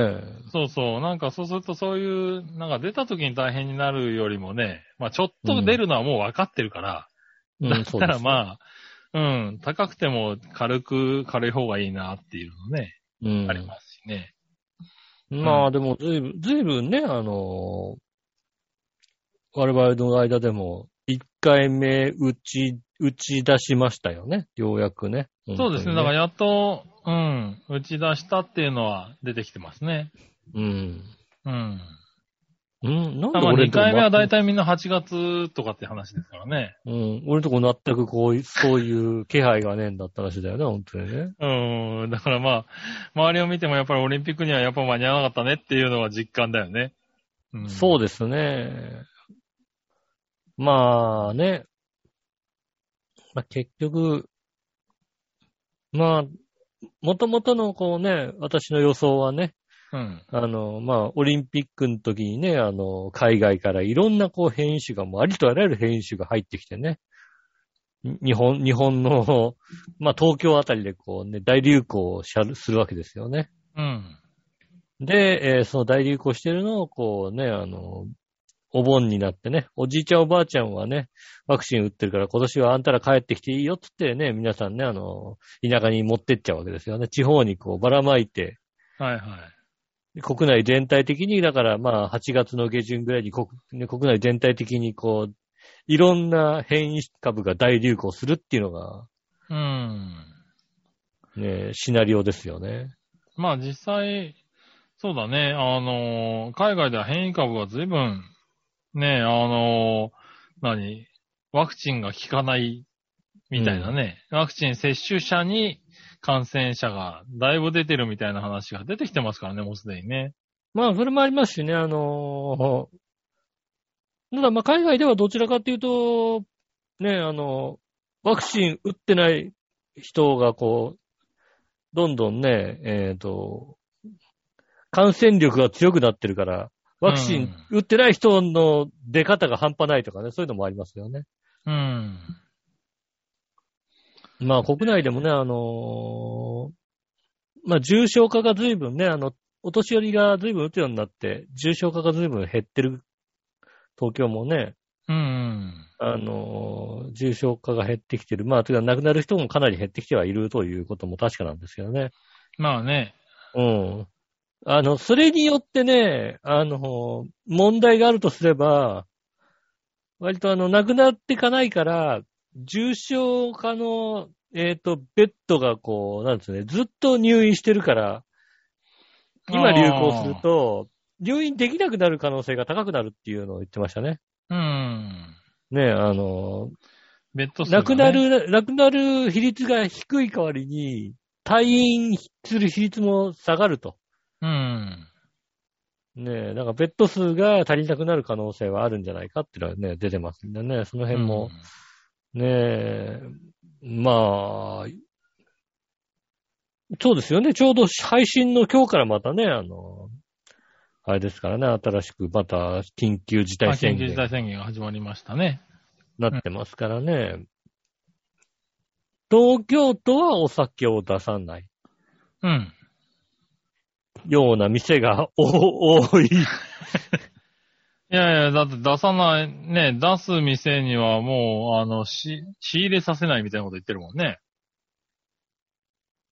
S3: そうそう。なんかそうするとそういう、なんか出た時に大変になるよりもね、まあちょっと出るのはもう分かってるから、
S2: うん
S3: だったら
S2: あ、
S3: まあ、うん、高くても軽く、軽い方がいいなっていうのね、
S2: うん
S3: ありますしね。
S2: まあでも、ずいぶん、ずいぶんね、あの、我々の間でも、 1回目打ち、打ち出しましたよね。ようやくね。
S3: そうですね。
S2: 本
S3: だ
S2: 当
S3: か
S2: に
S3: らやっと、うん、打ち出したっていうのは出てきてますね。
S2: うん。
S3: うん。
S2: うん、なんで
S3: たま
S2: 俺
S3: 2
S2: んとこ
S3: 回目は大体みんな8月とかって話ですからね。
S2: うん、俺んとこ全くこういう、そういう気配がねえんだったらしいだよね、本当にね。
S3: うん。だからまあ、周りを見てもやっぱりオリンピックにはやっぱ間に合わなかったねっていうのは実感だよね。うん、
S2: そうですね。まあね。まあ結局、まあ、もともとのこうね、私の予想はね、
S3: うん。
S2: あの、まあ、オリンピックの時にね、あの、海外からいろんなこう変異種が、もうありとあらゆる変異種が入ってきてね、に日本、日本の、 まあ、東京あたりでこうね、大流行をしゃるするわけですよね。
S3: うん。
S2: で、えーその大流行してるのを、こうね、あの、お盆になってね、おじいちゃんおばあちゃんはね、ワクチン打ってるから今年はあんたら帰ってきていいよってってね、皆さんね、あの、田舎に持ってっちゃうわけですよね。地方にこうばらまいて、
S3: はいはい。
S2: 国内全体的に、だからまあ8月の下旬ぐらいに国ね国内全体的にこう、いろんな変異株が大流行するっていうのが、
S3: うん。
S2: ね、シナリオですよね。
S3: まあ実際、そうだね、あのー海外では変異株が随分、ね、あのー何、ワクチンが効かないみたいなね、ワクチン接種者に感染者がだいぶ出てるみたいな話が出てきてますからね、もうすでにね。
S2: まあ、それもありますしね、あのーただまあ、海外ではどちらかというと、ね、あのワクチン打ってない人がこう、どんどんね、えっ、と、感染力が強くなってるから、ワクチン打ってない人の出方が半端ないとかね、そういうのもありますよね。
S3: うん。
S2: まあ国内でもね、あのーまあ重症化が随分ね、あの、お年寄りが随分打つようになって、重症化が随分減ってる、東京もね、
S3: うん。
S2: あのー重症化が減ってきてる。まあ、というか亡くなる人もかなり減ってきてはいるということも確かなんですよね。
S3: まあね、
S2: うん。あの、それによってね、あの、問題があるとすれば、割とあの、なくなっていかないから、重症化の、えっ、と、ベッドがこう、なんですね、ずっと入院してるから、今流行すると、入院できなくなる可能性が高くなるっていうのを言ってましたね。
S3: うん。
S2: ねあの、
S3: ベッド数が
S2: 亡く
S3: ね
S2: な。る、亡くなる比率が低い代わりに、退院する比率も下がると。
S3: うん。
S2: ねえ、なんかベッド数が足りなくなる可能性はあるんじゃないかっていうのはね、出てますんでね、その辺も、ねえ、まあ、そうですよね、ちょうど配信の今日からまたね、あの、あれですからね、新しくまた緊急事
S3: うん、
S2: 態宣
S3: 緊急
S2: 言
S3: 事態宣言が始まりましたね。
S2: になってますからね、東京都はお酒を出さない
S3: うん。
S2: ような店がお多い。
S3: いやいや、だって出さない、ね、出す店にはもう、あの、し、仕入れさせないみたいなこと言ってるもんね。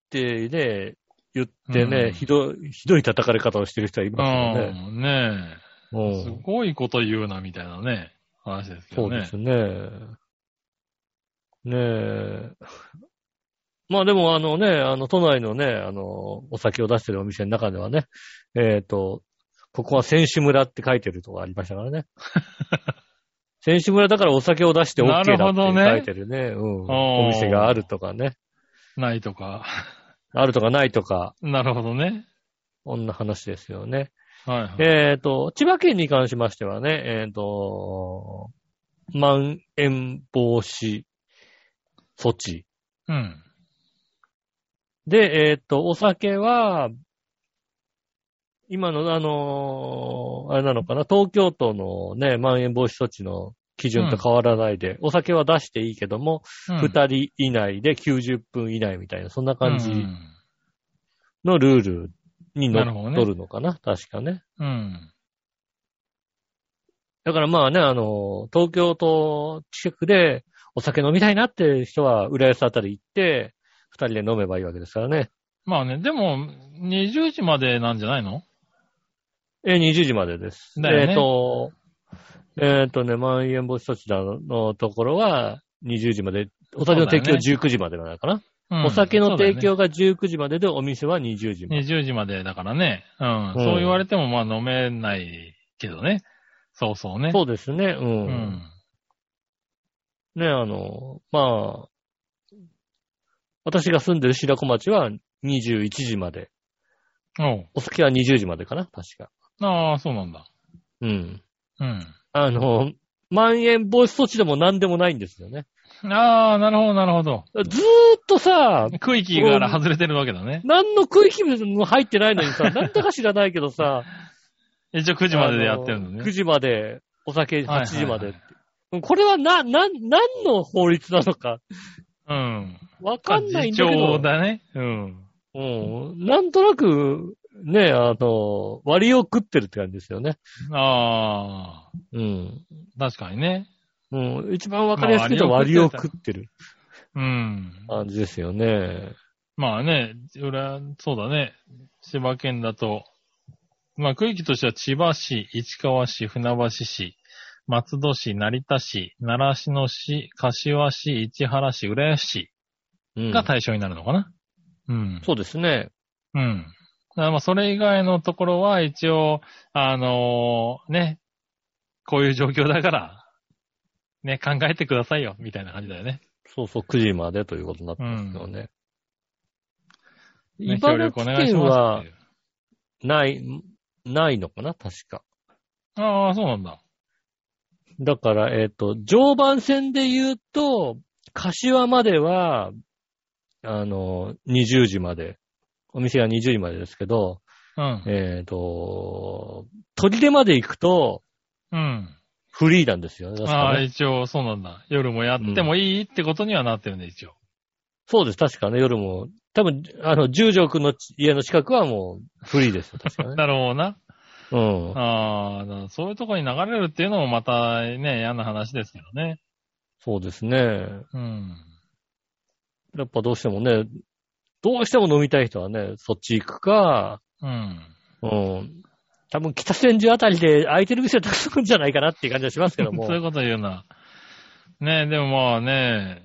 S2: ってね、言ってね、
S3: うん
S2: ひどい、ひどい叩かれ方をしてる人はいますよね。
S3: うん、ね
S2: う
S3: え。す
S2: ん。
S3: ごいこと言うな、みたいなね、話ですけ
S2: そ
S3: ど
S2: う
S3: ね。
S2: ですね。ねえ。まあでもあのね、あの都内のね、あの、お酒を出してるお店の中ではね、えっ、と、ここは選手村って書いてるとこありましたから ね。選手村だからお酒を出して OK だって
S3: なるほどね
S2: 書いてるね、うん、
S3: ん
S2: お店があるとかね。
S3: ないとか。
S2: あるとかないとか、
S3: なるほどね。
S2: こんな話ですよね。
S3: はいはい。
S2: えっ、と、千葉県に関しましてはね、えっ、と、まん延防止措置。
S3: うん。
S2: で、えっ、と、お酒は、今の、あのーあれなのかな、東京都のね、まん延防止措置の基準と変わらないで、お酒は出していいけども、
S3: うん
S2: 二、人以内で90分以内みたいな、そんな感じ
S3: うん
S2: のルールにの
S3: なるほど
S2: っ
S3: ね
S2: とるのかな、確かね。
S3: うん。
S2: だからまあね、あの、東京都近くでお酒飲みたいなっていう人は、浦安あたり行って、二人で飲めばいいわけですからね。
S3: まあね、でも、20時までなんじゃないの
S2: えー、20時までです。
S3: だよね
S2: えっ、と、えっ、とね、まん延防止措置だののところは、20時まで、お酒の提供19時までなのかな、
S3: うん
S2: お酒の提
S3: そ
S2: 供が19時までで、お店は20時
S3: う
S2: ま
S3: だ
S2: で。
S3: ね20時までだからね。うん。
S2: うん
S3: そう言われても、まあ飲めないけどね。そうそうね。
S2: そうですね、うん。
S3: うん。
S2: ね、あの、まあ、私が住んでる白子町は21時まで。
S3: おう
S2: お酒は20時までかな確か。
S3: ああ、そうなんだ。
S2: うん。
S3: うん。
S2: あの、まん延防止措置でも何でもないんですよね。
S3: ああ、なるほど、なるほど。
S2: ずーっとさ、
S3: 区域から外れてるわけだね。
S2: 何の区域も入ってないのにさ、 なんだか知らないけどさ、
S3: 一応9時まででやってるの
S2: あの9
S3: ね。
S2: 時まで、お酒8時ま
S3: はいはい
S2: で
S3: は
S2: って。
S3: い
S2: これはな、な、何の法律なのか、
S3: うん。
S2: わかんないんだけ
S3: 自
S2: ど
S3: 重、だね。うん。
S2: うん、なんとなく、ね、あの、割を食ってるって感じですよね。
S3: あ
S2: うん。
S3: あ、確かにね。
S2: うん、一番わかりやすいのは
S3: まあ
S2: 割
S3: 割
S2: を
S3: を食
S2: 食ってる
S3: うん。
S2: 感じですよね。
S3: まあね、裏、そうだね。千葉県だと、まあ区域としては千葉市、市川市、船橋市、松戸市、成田市、習志野市、柏市、市原市、浦安市
S2: うん
S3: が対象になるのかな。うん。
S2: そうですね。
S3: うん。だからまあ、それ以外のところは一応、あのーね、こういう状況だから、ね、考えてくださいよ、みたいな感じだよね。
S2: そうそう、9時までということになってますよね。
S3: ね協
S2: 茨
S3: 力お
S2: 城
S3: 願いし
S2: 県
S3: ますっ
S2: は
S3: ていう。
S2: ない、ないのかな確か。
S3: ああ、そうなんだ。
S2: だから、えっ、と、常磐線で言うと、柏までは、あの、20時まで。お店が20時までですけど、
S3: うん。
S2: えっ、と、砦まで行くと、
S3: うん。
S2: フリーなんですよね。確
S3: あ
S2: か
S3: あ、
S2: ね
S3: 一応、そうなんだ。夜もやってもいいってことにはなってるね、一応。
S2: そうです、確かね、夜も。多分、あの、十条くんの家の近くはもう、フリーですよ、確か ね。
S3: なるほどな。
S2: うん。
S3: ああ、だからそういうとこに流れるっていうのもまたね、嫌な話ですけどね。
S2: そうですね。
S3: うん。
S2: やっぱどうしてもね、どうしても飲みたい人はね、そっち行くか、
S3: うん。
S2: うん。多分北千住あたりで空いてる店たくさんあるんじゃないかなっていう感じはしますけども。
S3: そういうこと言うな。ねえ、でもまあね、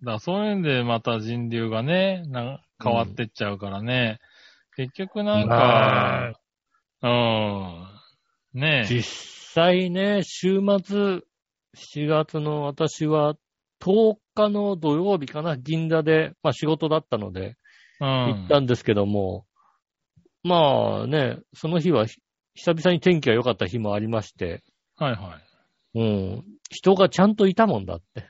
S3: だからそういうんでまた人流がね、な変わってっちゃうからね。結局なん
S2: ま
S3: か、うん。ねえ。
S2: 実際ね、週末、7月の私は、10日の土曜日かな、銀座で、まあ仕事だったので、
S3: うん。
S2: 行ったんですけども、まあね、その日はひ久々に天気が良かった日もありまして、
S3: はいはい。
S2: うん、人がちゃんといたもんだって。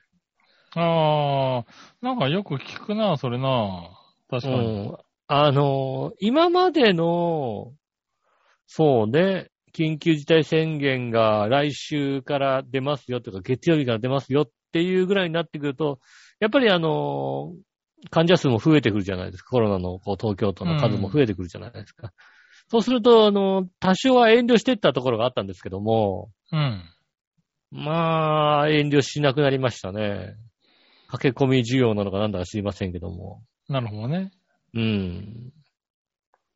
S3: ああ、なんかよく聞くな、それな。確か
S2: う
S3: に。
S2: ん。あのー今までの、そうね、緊急事態宣言が来週から出ますよとか、月曜日から出ますよっていうぐらいになってくると、やっぱりあのー患者数も増えてくるじゃないですか。コロナのこう東京都の数も増えてくるじゃないですか。そうすると、あのー多少は遠慮してったところがあったんですけども、
S3: うん。
S2: まあ、遠慮しなくなりましたね。駆け込み需要なのかなんだか知りませんけども。
S3: なるほどね。
S2: うん。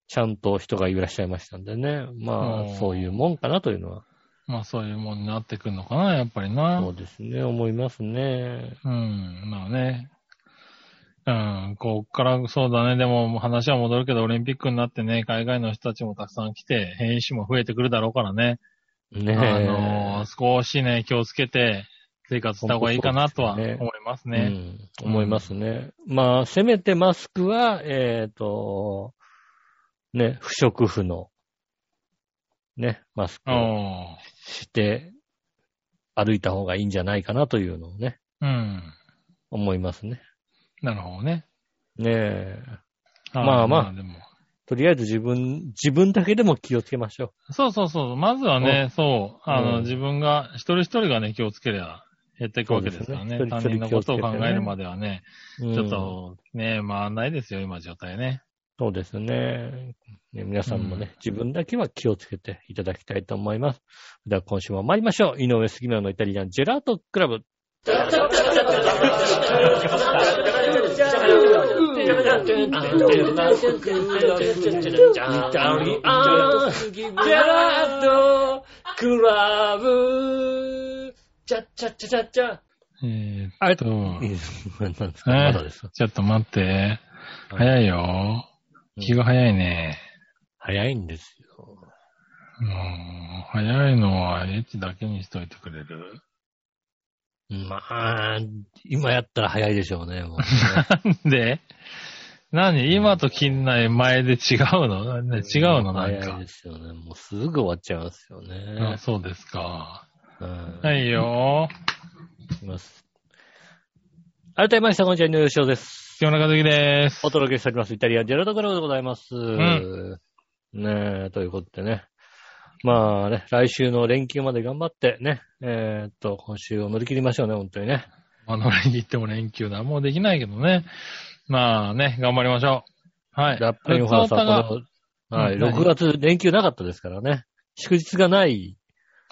S2: ちゃんと人がいらっしゃいましたんでね。ま
S3: う
S2: あ、
S3: ん
S2: そういうもんかなというのは、
S3: まあそういうもんになってくんのかな、やっぱりな。
S2: そうですね、思いますね。
S3: うん、まあね。うん、こっから、そうだね。でも話は戻るけど、オリンピックになってね、海外の人たちもたくさん来て、変異種も増えてくるだろうからね。
S2: ねえ。
S3: あの少しね、気をつけて生活した方がいいかなとは
S2: 本当
S3: 思
S2: そう
S3: い
S2: ですね
S3: ますね。
S2: うん、思いますね。まあ、せめてマスクは、えっ、と、ね、不織布の、ね、マスク
S3: う
S2: を
S3: ん。
S2: して歩いた方がいいんじゃないかなというのをね、
S3: うん。
S2: 思いますね。
S3: なるほどね。
S2: ねえ。
S3: ー
S2: まあまあ
S3: でも
S2: とりあえず自分、自分だけでも気をつけましょう。
S3: そうそうそう。まずはね、そう。あの、
S2: うん
S3: 自分が、一人一人がね、気をつけりゃ、減っていくわけですからね。
S2: そうで
S3: 他
S2: すね一人
S3: 人
S2: 一人
S3: のことを
S2: 気をつ
S3: 考
S2: けてね
S3: えるまではね、
S2: うん
S3: ちょっとね、回んないですよ、今状態ね。
S2: そうですね。ね皆さんもね、自分だけは気をつけていただきたいと思います。では今週も参りましょう。井上杉村のイタリアンジェラートクラブ。
S3: えーっと、
S2: 何ですかまだです。
S3: ちょっと待って。早いよ。気が早いね。
S2: 早いんですよ。
S3: うん、早いのはエッチだけにしといてくれる
S2: まあ、今やったら早いでしょうね。もうね
S3: なん で何今と近内前で違うの、ね 違うのなん
S2: 早い
S3: か
S2: で。すよね。もうすぐ終わっちゃいますよ
S3: あ
S2: ね。
S3: そうですか。
S2: うん
S3: はいよ。
S2: います。改めまして、こんにちは、井上翔です。
S3: 今日の中月です。
S2: お届けしております。イタリアンジェラートクラブでございます。
S3: ん
S2: ねえ、ということでね。まあね、来週の連休まで頑張ってね、えーっと、今週を乗り切りましょうね、本当にね。
S3: あの、言っても連休だ。もうできないけどね。まあね、頑張りましょう。はい。
S2: ラップインファーさん、
S3: が。
S2: この、はい、
S3: うん
S2: 6月連休なかったですからね。祝日がない。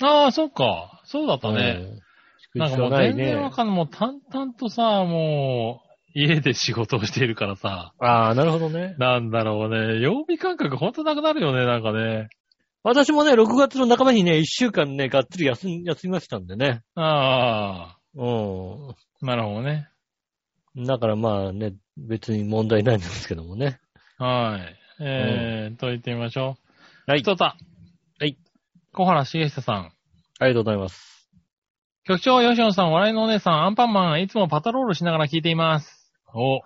S3: ああ、そっか。そうだった
S2: え
S3: ね。
S2: ー
S3: なん
S2: 祝
S3: か
S2: 日
S3: も
S2: が
S3: う
S2: ない
S3: 全然
S2: ね。
S3: わかんない。もう淡々とさ、もう、家で仕事をしているからさ。
S2: ああ、なるほどね。
S3: なんだろうね。曜日感覚ほんとなくなるよね、なんかね。
S2: 私もね、6月の半ばにね、1週間ね、がっつり休み、休みましたんでね。
S3: あ
S2: うん。
S3: あ、なるほどね。
S2: だからまあね、別に問題ないんですけどもね。
S3: はい。えー、と言ってみましょう。
S2: はい
S3: ひとた。
S2: はい。
S3: 小原茂久さん。
S2: ありがとうございます。
S3: 局長、吉野さん、笑いのお姉さん、アンパンマン、いつもパトロールしながら聞いています。お。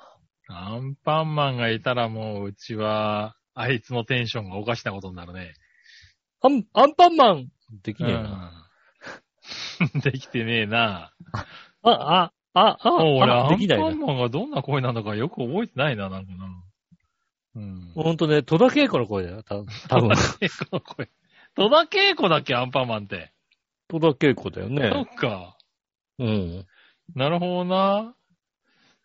S3: アンパンマンがいたらもう、うちは、あいつのテンションがおかしなことになるね。
S2: アン、アンパンマンできねえな。
S3: うん できてねえな。
S2: あ、あ、あ、あ、
S3: もう俺、
S2: あ
S3: ア
S2: で
S3: ン
S2: きない
S3: パ
S2: な
S3: ン。マンがどんな声なのかよく覚えてないな、なんかな。うん。
S2: ほんとね、戸田恵子の声だよ。た 多分
S3: 戸田恵子の声。戸田恵子だっけ、アンパンマンって。
S2: 戸田恵子だよ
S3: そっ
S2: ね。
S3: か。
S2: うん。
S3: なるほどな。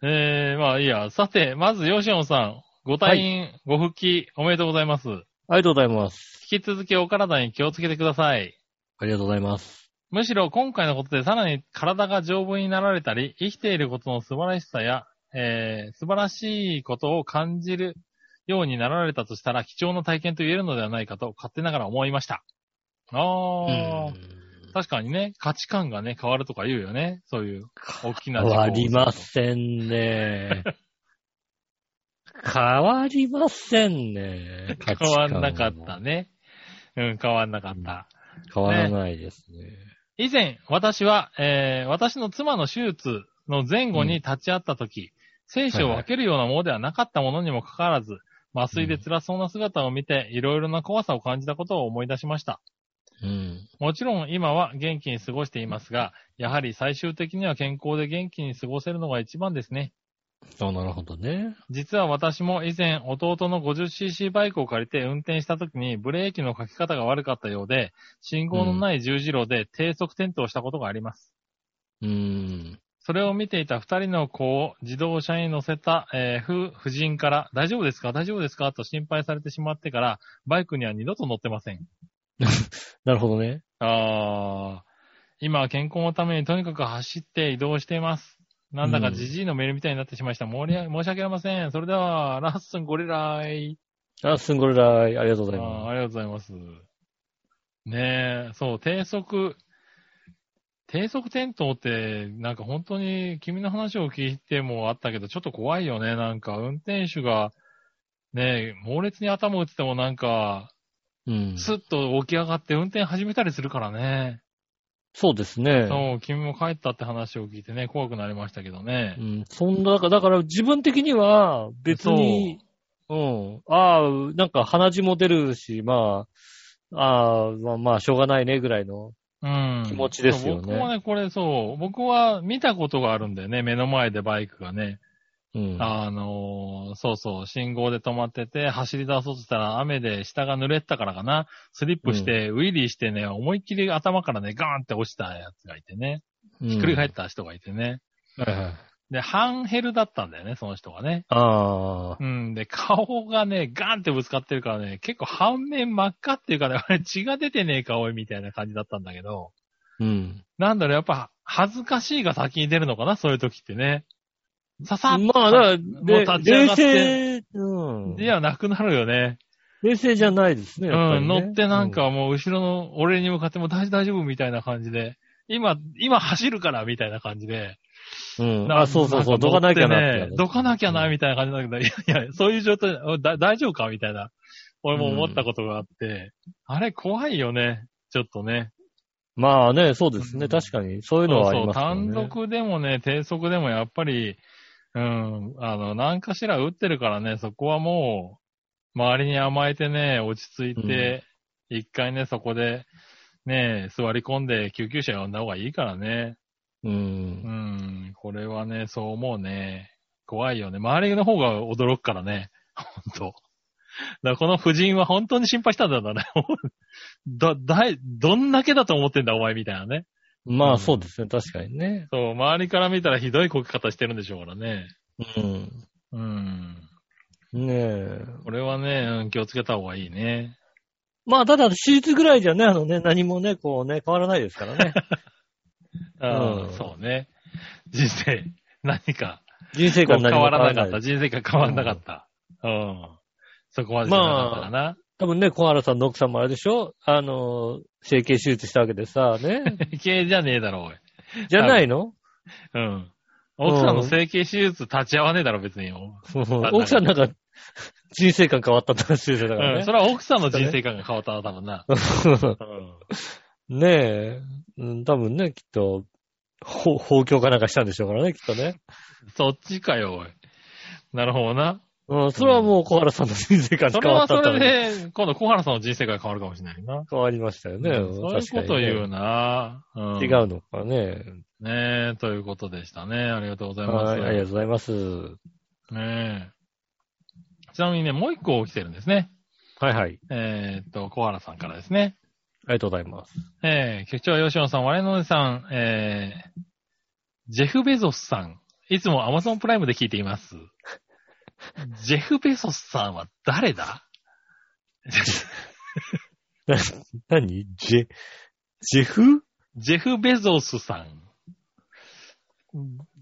S3: えー、まあいいや。さて、まず、ヨシオンさん、ご退院、ご復帰、おめでとうございます。
S2: ありがとうございます。
S3: 引き続きお体に気をつけてください。
S2: ありがとうございます。
S3: むしろ今回のことでさらに体が丈夫になられたり、生きていることの素晴らしさや、えー、素晴らしいことを感じるようになられたとしたら、貴重な体験と言えるのではないかと、勝手ながら思いました。
S2: う
S3: あー、
S2: ん
S3: 確かにね、価値観がね、変わるとか言うよね。そういう、大きな
S2: 変
S3: 事故
S2: わりません ね。変わりませんね。価値
S3: 変
S2: 観
S3: わんなかったね。うん、変わんなかった。
S2: 変わらないですね。
S3: 以前、私は、えー私の妻の手術の前後に立ち会った時、精子を分けるようなものではなかったものにもかかわらず、麻酔で辛そうな姿を見て、いろいろな怖さを感じたことを思い出しました。
S2: うん。
S3: もちろん今は元気に過ごしていますが、やはり最終的には健康で元気に過ごせるのが一番ですね。
S2: あ、なるほどね。
S3: 実は私も以前弟の 50cc バイクを借りて運転した時にブレーキのかけ方が悪かったようで、信号のない十字路で低速転倒したことがあります。
S2: うん。
S3: それを見ていた二人の子を自動車に乗せた、えー夫夫人から大丈夫ですか大丈夫ですかと心配されてしまってから、バイクには二度と乗ってません。
S2: なるほどね。
S3: あー、今は健康のためにとにかく走って移動しています。なんだかジジイのメールみたいになってしまいました。もりあ申し訳ありません。それでは、ラッスンゴリライ。
S2: あ、すんごいらい。ありがとうござい
S3: あー
S2: ま
S3: ありがとうございます。ねえ、そう、低速、低速転倒って、なんか本当に君の話を聞いてもあったけど、ちょっと怖いよね。なんか運転手が、ねえ、猛烈に頭打っててもなんか、
S2: す。うん。
S3: スッと起き上がって運転始めたりするからね。
S2: そうですね。
S3: そう、君も帰ったって話を聞いてね、怖くなりましたけどね
S2: う。ん、そんな、だから、だから自分的には別に、うん。ああ、なんか鼻血も出るし、まあ、ああ、まあまあ、しょうがないねぐらいの。
S3: うん。
S2: 気持ちですよね
S3: そう僕もね、これそう、僕は見たことがあるんだよね、目の前でバイクがね。
S2: うん。
S3: あのーそうそう、信号で止まってて、走り出そうとしたら雨で下が濡れてたからかな、スリップして、ウィリーしてね、思いっきり頭からね、ガーンって落ちたやつがいてね、
S2: うん
S3: ひっくり返った人がいてね。
S2: はいはい
S3: で、半ヘルだったんだよね、その人がね。
S2: ああ、
S3: うん、で、顔がね、ガーンってぶつかってるからね、結構半面真っ赤 っていうかね、あれ血が出てねえか、おい、みたいな感じだったんだけど、
S2: うん。
S3: なんだろう、やっぱ、恥ずかしいが先に出るのかなそういう時ってね。ささっ
S2: まあ、だから、
S3: もう
S2: で
S3: 立ち
S2: 冷
S3: 上がって。
S2: 静、うん。
S3: ではなくなるよね。
S2: 冷静じゃないです ね、やっぱ
S3: う
S2: り
S3: ん、
S2: ね、
S3: 乗ってなんかもう後ろの俺に向かっても大丈夫大丈夫みたいな感じで、今、今走るからみたいな感じで。
S2: うん、うん
S3: な
S2: あ、そうそうそう、どかなきゃなって
S3: ね。どかなきゃなみたいな感じなんだけど、いやいや、そういう状態、だ大丈夫かみたいな。俺も思ったことがあって、あれ怖いよね。ちょっとね。
S2: まあね、そうです
S3: う
S2: ね。
S3: ん
S2: 確かに、そうい
S3: そう
S2: のはあ
S3: う
S2: り
S3: そ
S2: ま
S3: う、
S2: すよね。
S3: 単独でもね、低速でもやっぱり、うん、あの、何かしら打ってるからね、そこはもう、周りに甘えてね、落ち着いて、一、回ね、そこで、ね、座り込んで救急車呼んだ方がいいからね。
S2: うん
S3: う。ん、これはね、そう思うね。怖いよね。周りの方が驚くからね。ほんと。だからこの夫人は本当に心配したんだろうね。 ど、だい、どんだけだと思ってんだお前みたいなね。
S2: まあそうですね。確かにね。
S3: そう、周りから見たらひどいこき方してるんでしょうからね。
S2: うん。
S3: うん。
S2: ねえ。
S3: これはね、うん気をつけた方がいいね。
S2: まあただ、手術ぐらいじゃね、あのね、何もね、こうね、変わらないですから ね。
S3: うん
S2: うん
S3: そうね。人生、何か、
S2: 人生
S3: こう
S2: 観
S3: 変
S2: 何も
S3: わ
S2: 変わら
S3: らな
S2: な
S3: かった。
S2: い。
S3: 人生が変わらなかった。うん。そこまでじゃなかったかな。
S2: 多分ね、小原さんの奥さんもあれでしょあの、整形手術したわけでさ、 ね。
S3: 系じゃねえだろ、おい。
S2: じゃないの
S3: うん。奥さんの整形手術立ち会わねえだろ、別に。う
S2: うん奥さんなんか、人生観変わったって話ですよだからね。
S3: ん。それは奥さんの人生観が変わったな、多分な。 うん。
S2: ねえ、うん、多分ね、きっと、ほ、放教かなんかしたんでしょうからね、きっとね。
S3: そっちかよ、おい。なるほどな。
S2: うん、それはもう小原さんの人生観
S3: そ
S2: に
S3: れ
S2: 変わ
S3: は
S2: った
S3: そ
S2: った
S3: れ
S2: のに
S3: で、今度小原さんの人生が変わるかもしれないな。
S2: 変わりましたよね。
S3: そういうことを言うな。うん
S2: 確かにね違うのかね。
S3: ねえ、ということでしたね。ありがとうございます。
S2: はい、ありがとうございます。
S3: ねえ。ちなみにね、もう一個起きてるんですね。
S2: はいはい。
S3: えーっと、小原さんからですね。
S2: ありがとうございます。
S3: えー、局長吉野さん、我のおじさん、えー、ジェフ・ベゾスさん、いつも Amazon プライムで聞いて います。ジェフ・ベゾスさんは誰だ
S2: な、 何ジェ、ジェフ
S3: ジェフ・ベゾスさん。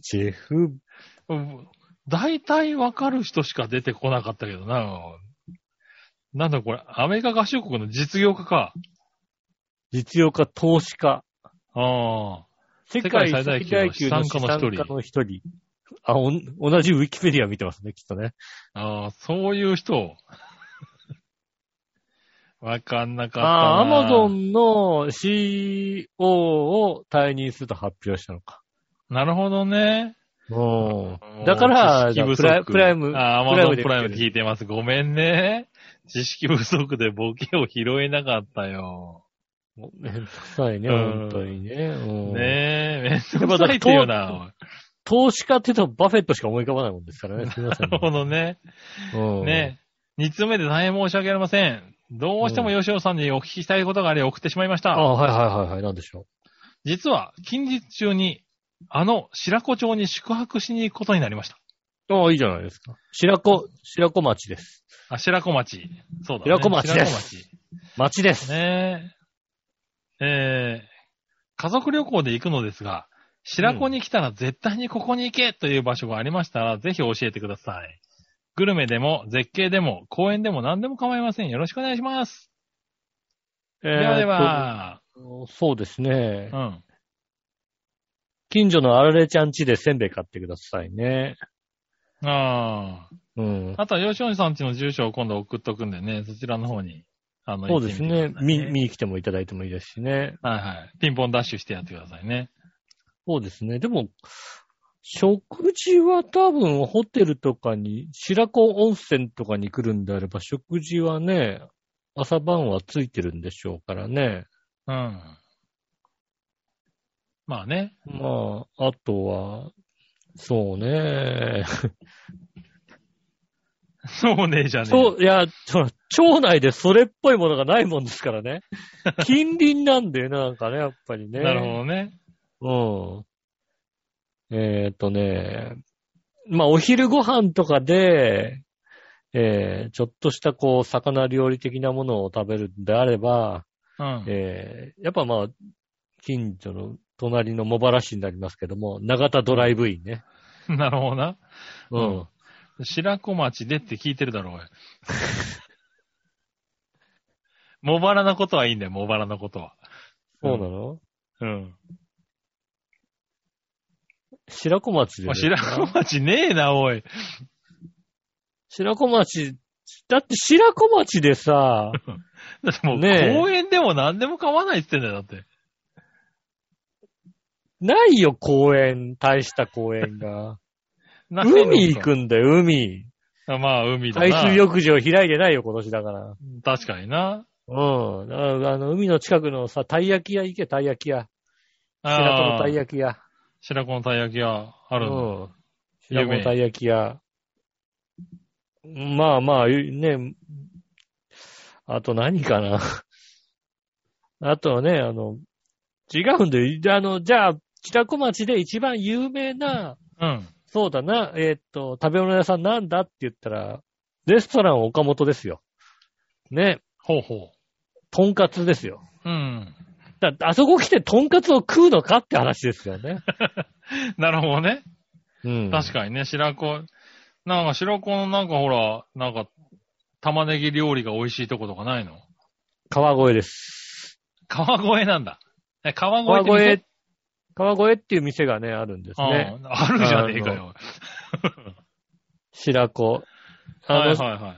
S2: ジェフ、
S3: うん大体わかる人しか出てこなかったけどな。なんだこれ、アメリカ合衆国の実業家か。
S2: 実用化投資家。
S3: ああ。
S2: 世
S3: 界
S2: 界
S3: 最
S2: 最
S3: 大
S2: 大
S3: 級の資
S2: 級
S3: 産
S2: の
S3: 家
S2: 資産
S3: の一人
S2: 家の一人。あ、おん同じウィキペディア見てますね、きっとね。
S3: ああ、そういう人。 わかんなかったな。
S2: ああ、アマゾンの CEO を退任すると発表したのか。
S3: なるほどね。
S2: うん。だから、
S3: 知
S2: プ
S3: 識不足
S2: ライプライム、
S3: あ、アマゾンプ
S2: プラ
S3: ライ
S2: イ
S3: ム
S2: ム
S3: で
S2: で
S3: 聞いてます。ごめんね。知識不足でボケを拾えなかったよ。
S2: めんどくさいね、
S3: うん
S2: 本当にね。うん
S3: ねえ、めんどくさいって言うな。
S2: 投資家って言うとバフェットしか思い浮かばないもんです からね、すみませ
S3: なんる
S2: ね。
S3: ほどね。
S2: うん
S3: ねえ。二つ目で大変申し訳ありません。どうしても吉尾さんにお聞きしたいことがあり送ってしまいまし
S2: あ
S3: た。
S2: はいはいはいはい、なんでしょ
S3: 実は、近日中に、あの、白子町に宿泊しに行くことになりました。
S2: う。ああ、いいじゃないですか。白子、白子町です。
S3: あ、白子町。そうだ、ね。
S2: 白子町です
S3: 白子町。
S2: 町です。
S3: ねえ。えー家族旅行で行くのですが、白子に来たら絶対にここに行けという場所がありましたら、ぜひ教えてください。グルメでも、絶景でも、公園でも何でも構いません。よろしくお願いします。
S2: え
S3: で
S2: ー
S3: はでは、
S2: とそうですね
S3: う。ん。
S2: 近所のあられちゃん家でせんべい買ってくださいね。
S3: あ
S2: うん
S3: あ。。あとは、吉野さんちの住所を今度送っとくんでね、そちらの方に、あの、
S2: そうです
S3: 行っ
S2: ね見、
S3: て。みてください
S2: 見に来てもいただいてもいいですしね。
S3: はいはい。ピンポンダッシュしてやってくださいね。
S2: そうですね。でも、食事は多分ホテルとかに、白子温泉とかに来るんであれば、食事はね、朝晩はついてるんでしょうからね。
S3: うん。まあね。
S2: まあ、あとは、そうね。
S3: そうねえじゃねえ。
S2: そう、いや、ほら町内でそれっぽいものがないもんですから ね。近隣なんだよね、なんかね、やっぱりね。
S3: なるほどね。
S2: うん。えーっとね、まあ、お昼ご飯とかで、えー、ちょっとしたこう、魚料理的なものを食べるんであれば、
S3: うん。
S2: えー、やっぱまあ、近所の隣の茂原市になりますけども、長田ドライブインね。
S3: なるほどな。
S2: う。
S3: うん白子町でって聞いてるだ ろ、おい。茂原のことはいいんだよ、茂原のことは。
S2: そうなの
S3: うん。
S2: 白子町で
S3: まあ
S2: ね。
S3: 白子町ねえな、おい。
S2: 白子町、だって白子町で さ、
S3: だってもう
S2: ねえ
S3: 公園でも何でも買わないって言ってんだよ、だって。
S2: ないよ、公園、大した公園が。
S3: な
S2: 海行くんだよ、海。
S3: あまあ、海だな。
S2: 海水浴場開いてないよ、今年だから。
S3: 確かにな。
S2: うん。だからあの、海の近くのさ、たい焼き屋行け、たい焼き屋。白子のたい
S3: ああ
S2: 焼き屋。
S3: 白子のたい焼き屋あ
S2: う
S3: るんだ
S2: ん。白子のたい焼き屋。まあまあ、ね、あと何かな。 あとはね、あの、違うんだよ。あの、じゃあ、北小町で一番有名な、
S3: うん。
S2: そうだな、えーっと、食べ物屋さんなんだって言ったら、レストラン岡本ですよ。ね、
S3: ほうほ
S2: とんかつですよ。
S3: う。うん。
S2: だあそこ来てとんかつを食うのかって話ですよね。
S3: なるほどね。
S2: うん
S3: 確かにね、白子。なんか白子のなんかほら、なんか、玉ねぎ料理が美味しいとことかないの
S2: 川越です。
S3: 川越なんだ。え川
S2: 川
S3: 越って
S2: 越、川越っていう店がね、あるんです
S3: 店、
S2: ね。
S3: あああるじゃねえかよ。
S2: 白子。あの、
S3: はいはいは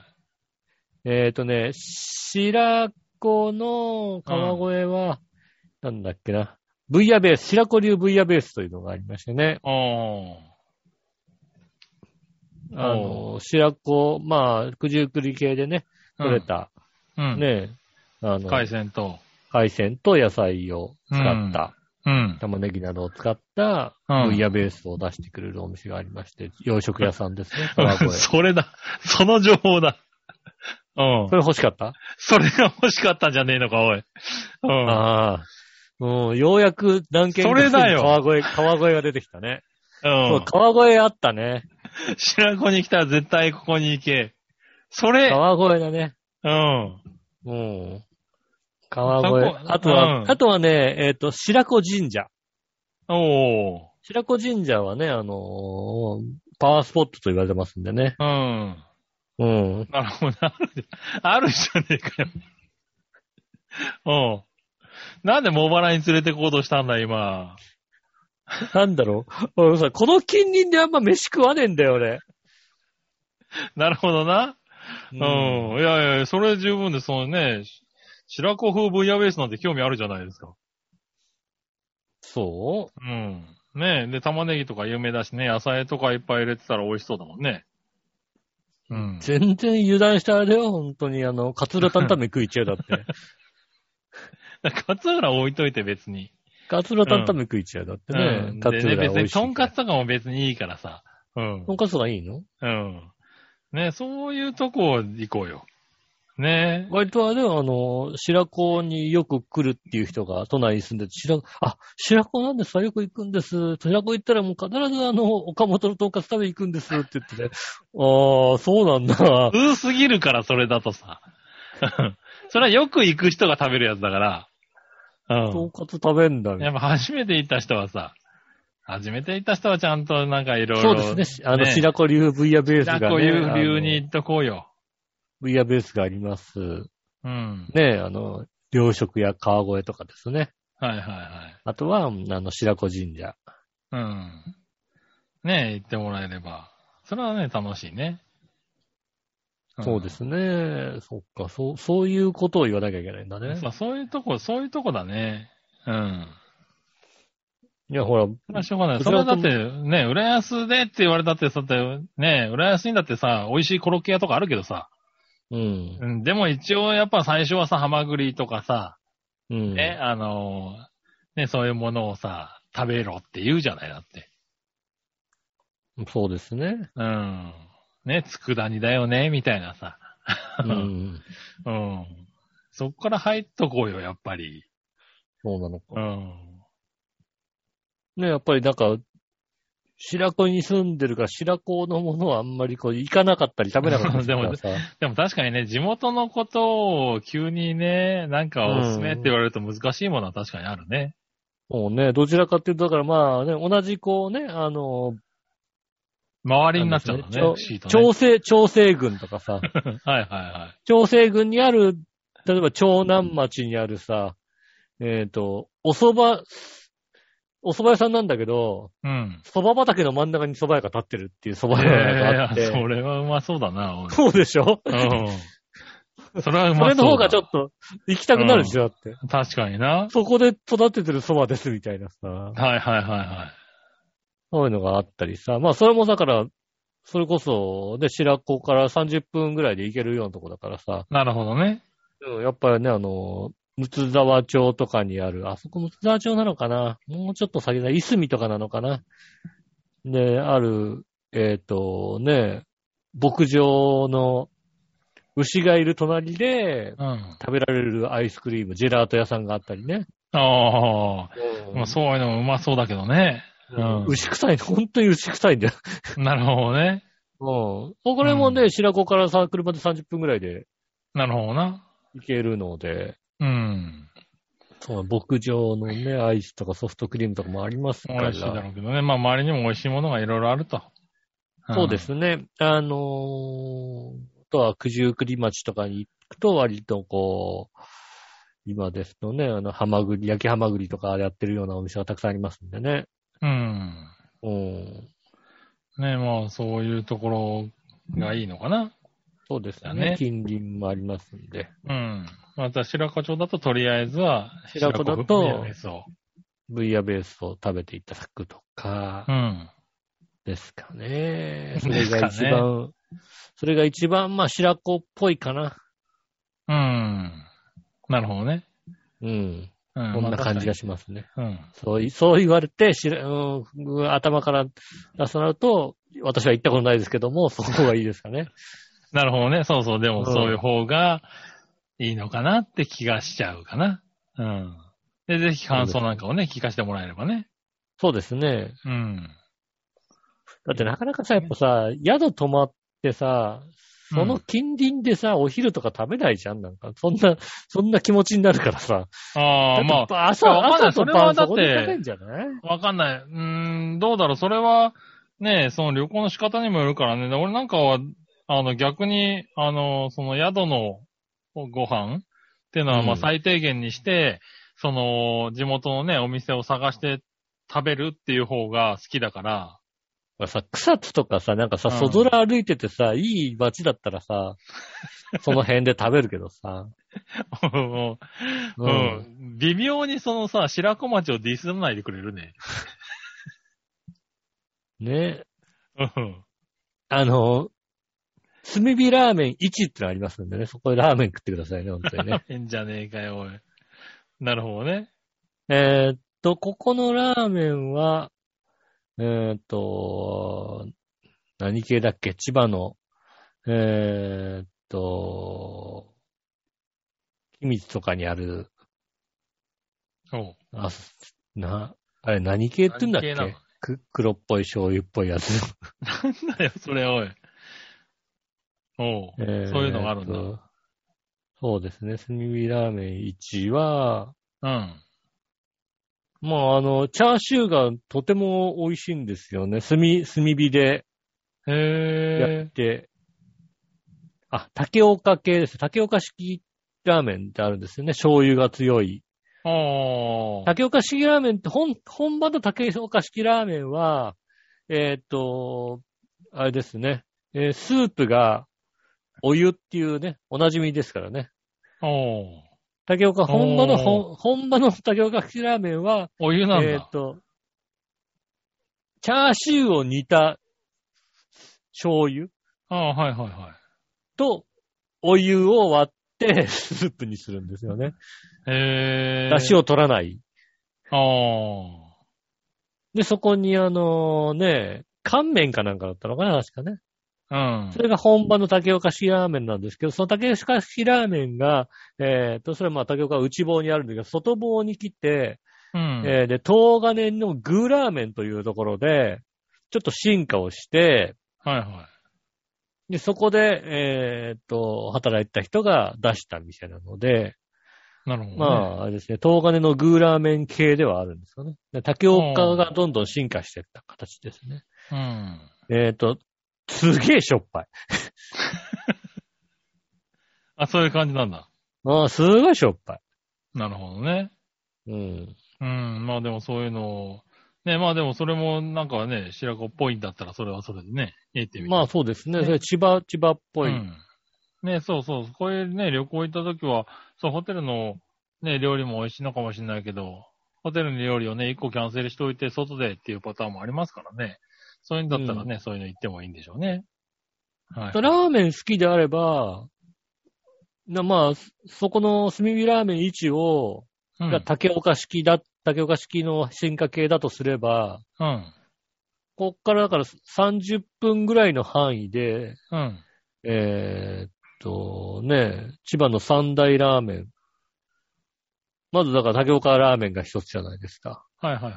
S3: い。
S2: えっ、とね、白子の川越は、なんだっけな。ブイヤベース、白子流ブイヤベースというのがありましてね。
S3: お
S2: あの、白子、まあ、九十九里系でね、
S3: ー
S2: 取れ。た、
S3: うん。うん、
S2: ね、あの、
S3: 海鮮と。
S2: 海鮮と野菜を使った、
S3: うん。
S2: 玉ねぎなどを使った、
S3: うん
S2: ブイヤベースを出してくれるお店がありまして、洋食屋さんです ね、川
S3: うん
S2: 越。そ
S3: それだ。その情報だ。うん。
S2: れ欲しかった、
S3: それが欲しかったんじゃねえのか、おい。うん。
S2: ああ。もう、ようやく断件
S3: それだよ
S2: 川越、川越が出てきたね。そうう、
S3: ん。
S2: 川越あったね。
S3: 白子に来たら絶対ここに行け。それ、
S2: 川越だね。
S3: うん。
S2: うん。川越
S3: そ。こ
S2: あとは、
S3: うん
S2: あとはね、えっ、と、白子神社。
S3: おー。
S2: 白子神社はね、あのーパワースポットと言われてますんでね。
S3: うん。
S2: うん。
S3: なるほど。あ るじゃ、あるじゃねえかよ。うん。なんで茂原に連れて行こうとしたんだ、今。
S2: なんだろう。 俺さ、この近隣であんま飯食わねえんだよ、俺。
S3: なるほどな。
S2: う
S3: うん。いやいや、それ十分で、そのね、し白子風ブイヤベースなんて興味あるじゃないですか。
S2: そ
S3: うん。ねえ、で、玉ねぎとか有名だしね、野菜とかいっぱい入れてたら美味しそうだもんね。うん
S2: う。全然油断したあれよ、本当に。あの、カツラタンタンメン食いちゃうだって。
S3: 勝浦置いといて別に。
S2: カツラタンタンメン食いちゃうだって
S3: う
S2: ね
S3: ん。。
S2: カツ
S3: でね、
S2: ラ美
S3: 別
S2: 味
S3: に、
S2: しいから
S3: とんかつとかも別にいいからさ。うん
S2: と。んかつがいいの
S3: うん。ねそういうとこ行こうよ。ね
S2: 割とあれは、あの、白子によく来るっていう人が都内に住んでて、白子、あ、白子なんですかよく行くんです。白子行ったらもう必ずあの、岡本のとんかつ食べに行くんですって言ってね。ああ、そうなんだ。
S3: 風すぎるから、それだとさ。 それはよく行く人が食べるやつだから。
S2: と
S3: うん
S2: かつ食べんだ
S3: ん。
S2: ね。
S3: やっぱ初めて行った人はさ、初めて行った人はちゃんとなんかいろい
S2: そう
S3: ろ。
S2: ですね。あの、白子流ブイヤベースが、ね。
S3: こういう理由に
S2: あの。
S3: 行っとこうよ。
S2: ブイヤベースがあります。
S3: うん。
S2: ねあの、洋食や川越とかですね。
S3: はいはいはい。
S2: あとは、あの、白子神社。
S3: うん。ねえ、行ってもらえれば。それはね、楽しいね。ん
S2: そうで。すね。そっか、そう、そういうことを言わなきゃいけないんだね。
S3: そうそういうとこ、そういうとこだね。うん。
S2: いや、ほら、
S3: それはしょうがない。
S2: そ
S3: そ
S2: れ
S3: れ
S2: は
S3: はだって、ね、浦安でって言われたって、さって、ね、浦安にだってさ、美味しいコロッケ屋とかあるけどさ。
S2: うん。
S3: うん、でも一応やっぱ最初はさ、ハマグリとかさ、
S2: うん。
S3: ね、あのーね、そういうものをさ、食べろって言うじゃないだって。
S2: そうです ね。
S3: うん。ね、佃煮だよね、みたいなさ。
S2: うん。
S3: うん。そこから入っとこうよ、やっぱり。
S2: そうなの
S3: う
S2: か。
S3: ん。
S2: ね、やっぱりなんか、白子に住んでるから、白子のものはあんまりこう、行かなかったり食べなかったりするからさ。
S3: でも確かにね、地元のことを急にね、なんかおすすめって言われると難しいものは確かにあるね。
S2: もうね、どちらかっていうと、だからまあね、同じこうね、あの、
S3: 周りになっちゃうんだ
S2: あの
S3: ね、シートね。
S2: 調整、調整軍とかさ、
S3: はいはいは
S2: 調整軍にある、例えば長南町にあるさ、えっ、と、お蕎麦、お蕎麦屋さんなんだけど、
S3: い。うん。
S2: 蕎麦畑の真ん中に蕎麦屋が立ってるっていう蕎麦屋があっ
S3: え
S2: て。
S3: え、 それはうまそうだな、おい
S2: そうでしょ
S3: うん。それはうま
S2: それ
S3: そうだ。
S2: の方がちょ
S3: と。
S2: っと行きたくなるでしょ、だって。
S3: 確かにな。
S2: そこで育ててる蕎麦ですみたいなさ、
S3: はいはいはいは
S2: そういうのがあったりさ、まあそれもだから、それこそ、ね、白子から30分ぐらいで行けるようなとこだからさ、
S3: い。なるほどね。
S2: うんやっぱりね、あの、六ツ沢町とかにある、あそこ六ツ沢町なのかなもうちょっと先だ、いすみとかなのかなで、ある、えっ、と、ね、牧場の牛がいる隣で
S3: うん。あ
S2: 食べられるアイスクリーム、ジェラート屋さんがあったりね。
S3: あー、まあそういうのもうまそうだけどね。うん
S2: 牛臭い、本当に牛臭いんだよ。
S3: なるほどね。
S2: うん。これもね、白子からさ、車で30分ぐらいで
S3: なるほどな。
S2: 行けるので、
S3: うん。
S2: そう、牧場のね、アイスとかソフトクリームとかもありますか
S3: 美
S2: ら。
S3: 味しいだろうけどね。まあ周りにも美味しいものがいろいろあると。ん
S2: そうで。すね。あのーあとは九十九里町とかに行くと割とこう、今ですとね、あの、ハマグリ、焼きハマグリとかやってるようなお店がたくさんありますんでね。
S3: うん。
S2: うん。
S3: ねまあそういうところがいいのかな。
S2: そうですね。
S3: だね
S2: 近隣もありますんで。
S3: うん。また白子町だととりあえずは、
S2: 白子だと
S3: 白フミヤですを
S2: ブイヤベースを食べていただくとか
S3: う、ん。
S2: ですかね。そ
S3: で
S2: れ
S3: すか
S2: が
S3: ね
S2: 一番、それが一番、まあ、白子っぽいかな。
S3: うん。なるほどね。
S2: うん。
S3: うん。
S2: こんな感じが
S3: し
S2: しますね。
S3: うん。
S2: そうい、そう言われて、しらうん、頭から出さなると、私は行ったことないですけども、そこがいいですかね。
S3: なるほどね。そうそう。で
S2: うん
S3: もそういう方がいいのかなって気がしちゃうかな。うん。で、ぜひ感想なんかをね、聞かせてもらえればね。
S2: そうですね。
S3: うん。
S2: だってなかなかさ、やっぱさ、宿泊まってさ、その近隣でさ、お昼とか食べないじゃんなんか、そんな、そんな気持ちになるからさ。
S3: ああ、ま
S2: だって朝、
S3: いやわかんない
S2: 朝と
S3: それ
S2: 晩
S3: はだっ
S2: そ
S3: て
S2: こで食べんじゃない
S3: あ、わかんない。うーん、どうだろう。それは、ね、その旅行の仕方にもよるからね。で俺なんかは、あの、逆に、あの、その宿のご飯っていうのは、ま
S2: う
S3: あ、
S2: ん
S3: 最低限にして、その、地元のね、お店を探して食べるっていう方が好きだから、
S2: まあさ、草津とかさ、なんかさ、
S3: うん
S2: そぞら歩いててさ、いい街だったらさ、その辺で食べるけどさ。
S3: う。ん。微妙にそのさ、白子町をディスらないでくれるね。
S2: ね。
S3: うん。。
S2: あの、炭火ラーメン1ってのありますんでね、そこでラーメン食ってくださいね、本当にね
S3: 変じゃねえかよ、おい。なるほどね。
S2: えーっと、ここのラーメンは、えーっと、何系だっけ千葉の、えーっと、君津とかにある、
S3: おう。
S2: あ、な、あれ何系って言うんだっけ
S3: 何系なの
S2: く黒っぽい醤油っぽいやつ。
S3: なんだよ、それ、おい。おう。 そういうのがあるんだ
S2: えーっとそうですね。炭火ラーメン1は、
S3: うん。
S2: まあ、あの、チャーシューがとても美味しいんですよね。炭、炭火でやっ
S3: へえ。
S2: て。あ、竹岡系です。竹岡式ラーメンってあるんですよね。醤油が強い。
S3: おー。
S2: 竹岡式ラーメンって、本、本場の竹岡式ラーメンは、えーっと、あれですね。えースープがお湯っていうね、おなじみですからね。
S3: おー。
S2: 竹岡、本場の、
S3: おー
S2: 本本場の竹岡式ラーメンは、
S3: お湯なんだ。
S2: えーっ、と、チャーシューを煮た醤油
S3: ああ、はいはいは
S2: とお湯を割 ってスープにするんですよね。
S3: い。へえ。
S2: 出汁を取らない。
S3: お
S2: で、そこにあのね、乾麺かなんかだったのかな、確かね。
S3: ー。うん
S2: そ。れが本場の竹岡市ラーメンなんですけど、その竹岡市ラーメンが、えーっと、それはまあ竹岡は内棒にあるんだけど、外棒に来て、
S3: うん。
S2: えーで、東金のグーラーメンというところで、ちょっと進化をして、
S3: はいは
S2: で、そこで、えーっと、働いてた人が出した店なので、
S3: い。なるほど、ね。
S2: まあ、あれですね、東金のグーラーメン系ではあるんですよね。で竹岡がどんどん進化していった形ですね。
S3: うん。
S2: えっ、と、すげえしょっぱい。
S3: あ、そういう感じなんだ。
S2: ああ、すごいしょっぱい。
S3: なるほどね。
S2: うん。
S3: うん。まあでもそういうのを、ね、まあでもそれもなんかね、白子っぽいんだったらそれはそれでね、ええってみ
S2: ま
S3: あ、
S2: あそうですね。
S3: ね
S2: それ千葉、千葉っぽ
S3: う
S2: い。
S3: ん。ね、そうそう。こういうね、旅行行った時は、そう、ホテルのね、料理も美味しいのかもしれないけど、ホテルの料理をね、一個キャンセルしておいて、外でっていうパターンもありますからね。そういうんだったらね、そういうの行ってもいいんでしょうね。はい。
S2: ラーメン好きであれば、なまあ、そこの炭火ラーメン1を、
S3: うん。
S2: が竹岡式だ、竹岡式の進化系だとすれば、
S3: うん。
S2: こっからだから30分ぐらいの範囲で、
S3: うん。
S2: えーっと、ね、千葉の三大ラーメン。まずだから竹岡ラーメンが一つじゃないですか。
S3: はいはいはい。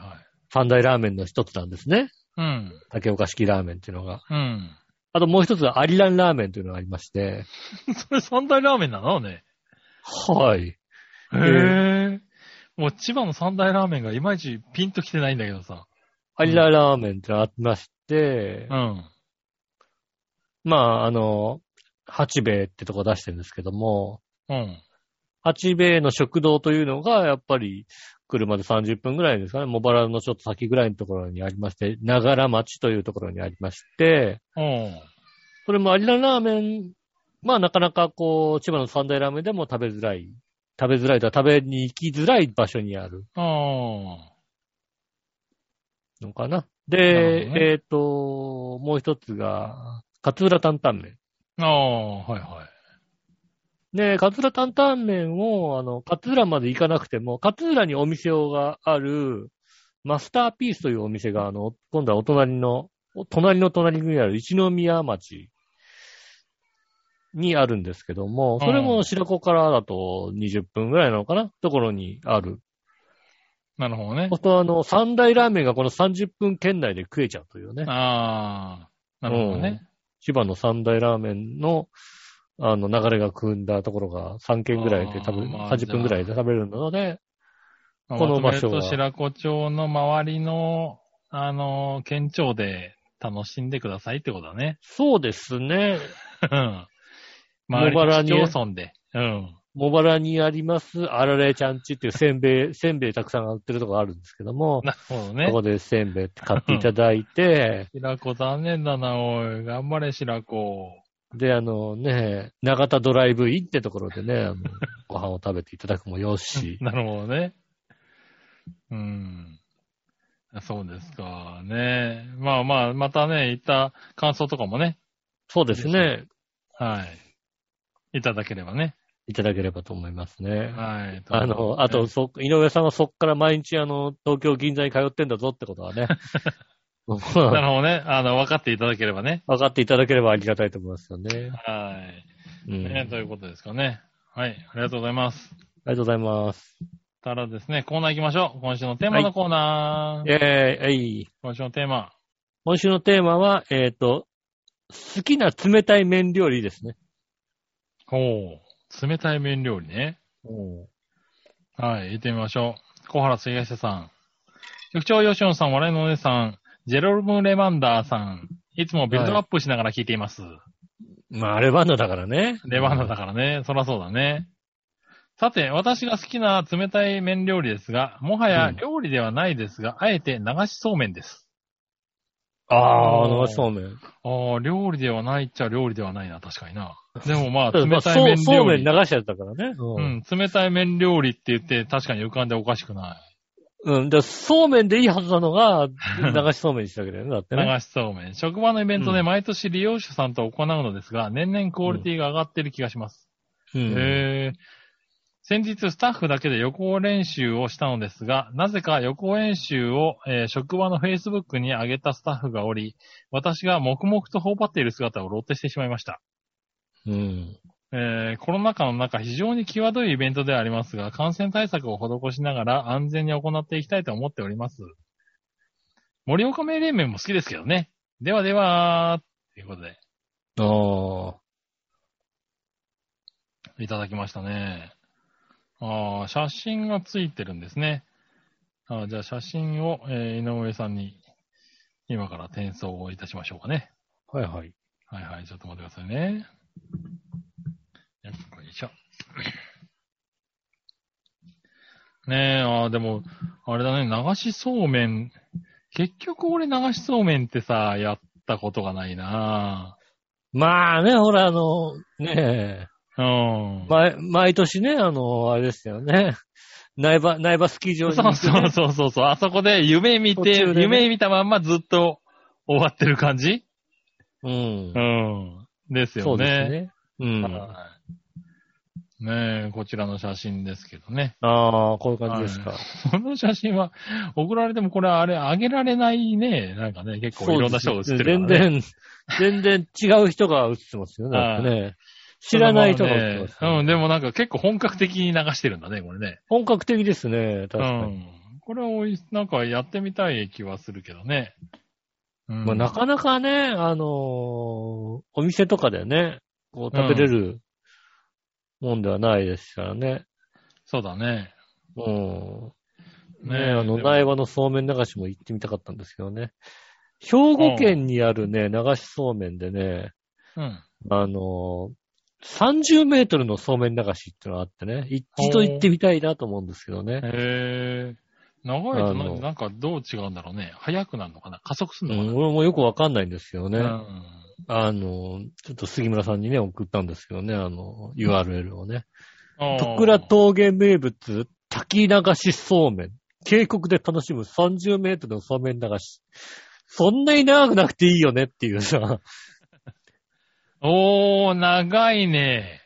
S2: 三大ラーメンの一つなんですね。
S3: うん。
S2: 竹岡式ラーメンっていうのが。
S3: うん。
S2: あともう一つはアリランラーメンというのがありまして。
S3: それ三大ラーメンなのね。
S2: はい。
S3: へえ。もう千葉の三大ラーメンがいまいちピンときてないんだけどさ。
S2: アリランラーメンってのがありまして、
S3: うん。
S2: まあ、あの、八兵衛ってとこ出してるんですけども、
S3: うん。
S2: 八兵衛の食堂というのが、やっぱり、車で30分ぐらいですかね、茂原のちょっと先ぐらいのところにありまして、ながら町というところにありまして、
S3: うん。
S2: それもアリランラーメン、まあなかなかこう、千葉の三大ラーメンでも食べづらい、食べづらいとは食べに行きづらい場所にある
S3: あ
S2: のかな。
S3: なる
S2: で、
S3: ほどね
S2: えっ、と、もう一つが、勝浦担々麺。
S3: あ。ああ、はいは
S2: で、勝浦担々麺を、あの、勝浦まで行かなくても、勝浦にお店がある、マスターピースというお店が、あの、今度はお隣の、お隣の隣にある一宮町にあるんですけども、それ
S3: う
S2: も
S3: ん
S2: 白子からだと20分ぐらいなのかなところにある。
S3: い。なるほどね
S2: あ。とあの、三大ラーメンがこの30分圏内で食えちゃうというね。
S3: ああ。なるほどね。
S2: 千葉の三大ラーメンの、あの、流れが組んだところが3軒ぐらいで食べ、
S3: あーまあ
S2: 30分ぐらいで食べれるので、
S3: まあ
S2: この場所は
S3: まとめると白子町の周りの、あの、県庁で楽しんでくださいってことだね。
S2: そうですね。
S3: うん。
S2: 茂原
S3: 周
S2: に
S3: りの市町村で。うん。
S2: 茂原にあります、あられちゃんちっていうせんべい、 せんべいたくさん売ってるとこあるんですけども、
S3: なるほど
S2: そ
S3: ね
S2: こ。でせんべいって買っていただいて、
S3: 白子残念だな、おい。頑張れ、白子。
S2: で、あのね、長田ドライブインってところでね、あのご飯を食べていただくもよ し、
S3: なるほどね。うん。そうですかね。まあまあ、またね、行った感想とかもね、
S2: そうですね、
S3: はい。いただければね。
S2: いただければと思いますね。
S3: はい。
S2: あの、あと、そ、井上さんはそっから毎日あの、東京銀座に通ってんだぞってこと はね、分
S3: なるほどね。あの、分かっていただければね。
S2: かっていただければありがたいと思いますよね。
S3: はい。
S2: うん。あ
S3: ねということですかね。はい。ありがとうございます。
S2: りがとうございます。
S3: ただですね、コーナー行きましょう。今週のテーマのコーナー。
S2: えー、えい。
S3: 今週のテーマ。
S2: 今週のテーマは、えっ、と、好きな冷たい麺料理ですね。
S3: ほう。冷たい麺料理ね。はい。行ってみましょう。小原杉下さん。局長吉野さん、笑いのお姉さん、ジェロルム・レマンダーさん。いつもビルドアップしながら聞いています。
S2: まあ、レバンナだからね。
S3: レバーナだからね。そらそうだね。さて、私が好きな冷たい麺料理ですが、もはや料理ではないですが、あえて流しそうめんです。
S2: ああ、流しそうめん。
S3: ああ、料理ではないっちゃ料理ではないな、確かにな。でもま
S2: ま
S3: あ、冷
S2: あ、
S3: たい
S2: そう、
S3: 麺
S2: そう
S3: 料
S2: めん
S3: 理。
S2: 流しちゃったからね。う
S3: う。ん、冷たい麺料理って言って確かに浮かんでおかしくな
S2: うん。で、そうめんでいいはずなの が、
S3: い。
S2: 流しそうめんにしたわけだよね。だって
S3: 流
S2: ね。
S3: しそうめん。職場のイベントで
S2: うん
S3: 毎年利用者さんと行うのですが、年々クオリティが上がってる気がします。
S2: うん。
S3: へー先日スタッフだけで予行練習をしたのですが、なぜか予行練習を、えー職場の Facebook に上げたスタッフがおり、私が黙々と頬張っている姿をロッテしてしまいました。
S2: うん。
S3: えーコロナ禍の中、非常に際どいイベントではありますが、感染対策を施しながら安全に行っていきたいと思っております。盛岡名冷麺も好きですけどね。ではでは、ということで、
S2: ああ。
S3: いただきましたね。ああ、写真がついてるんですね。あーじゃあ写真を、えー井上さんに今から転送をいたしましょうかね。
S2: はいはい。
S3: はいはい、ちょっと待ってくださいね。よいしょ。ねえ、ああ、でも、あれだね、流しそうめん。結局俺流しそうめんってさ、やったことがないな
S2: まあね、ほら、あの、ね
S3: うん
S2: え、。毎毎年ね、あの、あれですよね。 苗場、苗場スキー場に行
S3: そ
S2: っ
S3: う
S2: てね、
S3: そうそうそうそう。あそこで夢見
S2: 途
S3: て、
S2: 中でね
S3: 夢見たまんまずっと終わってる感じ
S2: うん
S3: う。ん。です
S2: そ
S3: よ
S2: うです
S3: ね。
S2: ね。う。
S3: うんねえ、こちらの写真ですけどね。
S2: ああ、こういう感じですか。
S3: この写真は、送られてもこれはあれ、あげられないね。なんかね、結構いろんな人が写ってるから、ね。
S2: 全然、全然違う人が映ってますよね。
S3: はい
S2: だってね知らない人が映ってます、
S3: ね。うん、でもなんか結構本格的に流してるんだね、これね。
S2: 本格的ですね、
S3: う
S2: 確かに。
S3: ん。これを、なんかやってみたい気はするけどね。うん
S2: まあ、なかなかね、あのーお店とかでね、こう食べれるもんではないですからね。
S3: そうだね。
S2: うん。ね
S3: ねえ
S2: あの、
S3: でも
S2: 苗場のそうめん流しも行ってみたかったんですけどね。兵庫県にあるね、流しそうめんでね、
S3: うん。
S2: あのー30メートルのそうめん流しっていうのがあってね、一度行ってみたいなと思うんですけどね。
S3: へえ。長いと
S2: あ
S3: な
S2: の
S3: なんかどう違うんだろうね。速くなるのかな加速す
S2: う
S3: るの
S2: ん、
S3: か
S2: 俺もよくわかんないんですよね。
S3: な、
S2: あの、ちょっと杉村さんにね、送ったんですけどね、あの、URL をね。
S3: うん。
S2: 徳倉峠名物、滝流しそうめん。渓谷で楽しむ30メートルのそうめん流し。そんなに長くなくていいよねっていうさ、
S3: おー、長いね。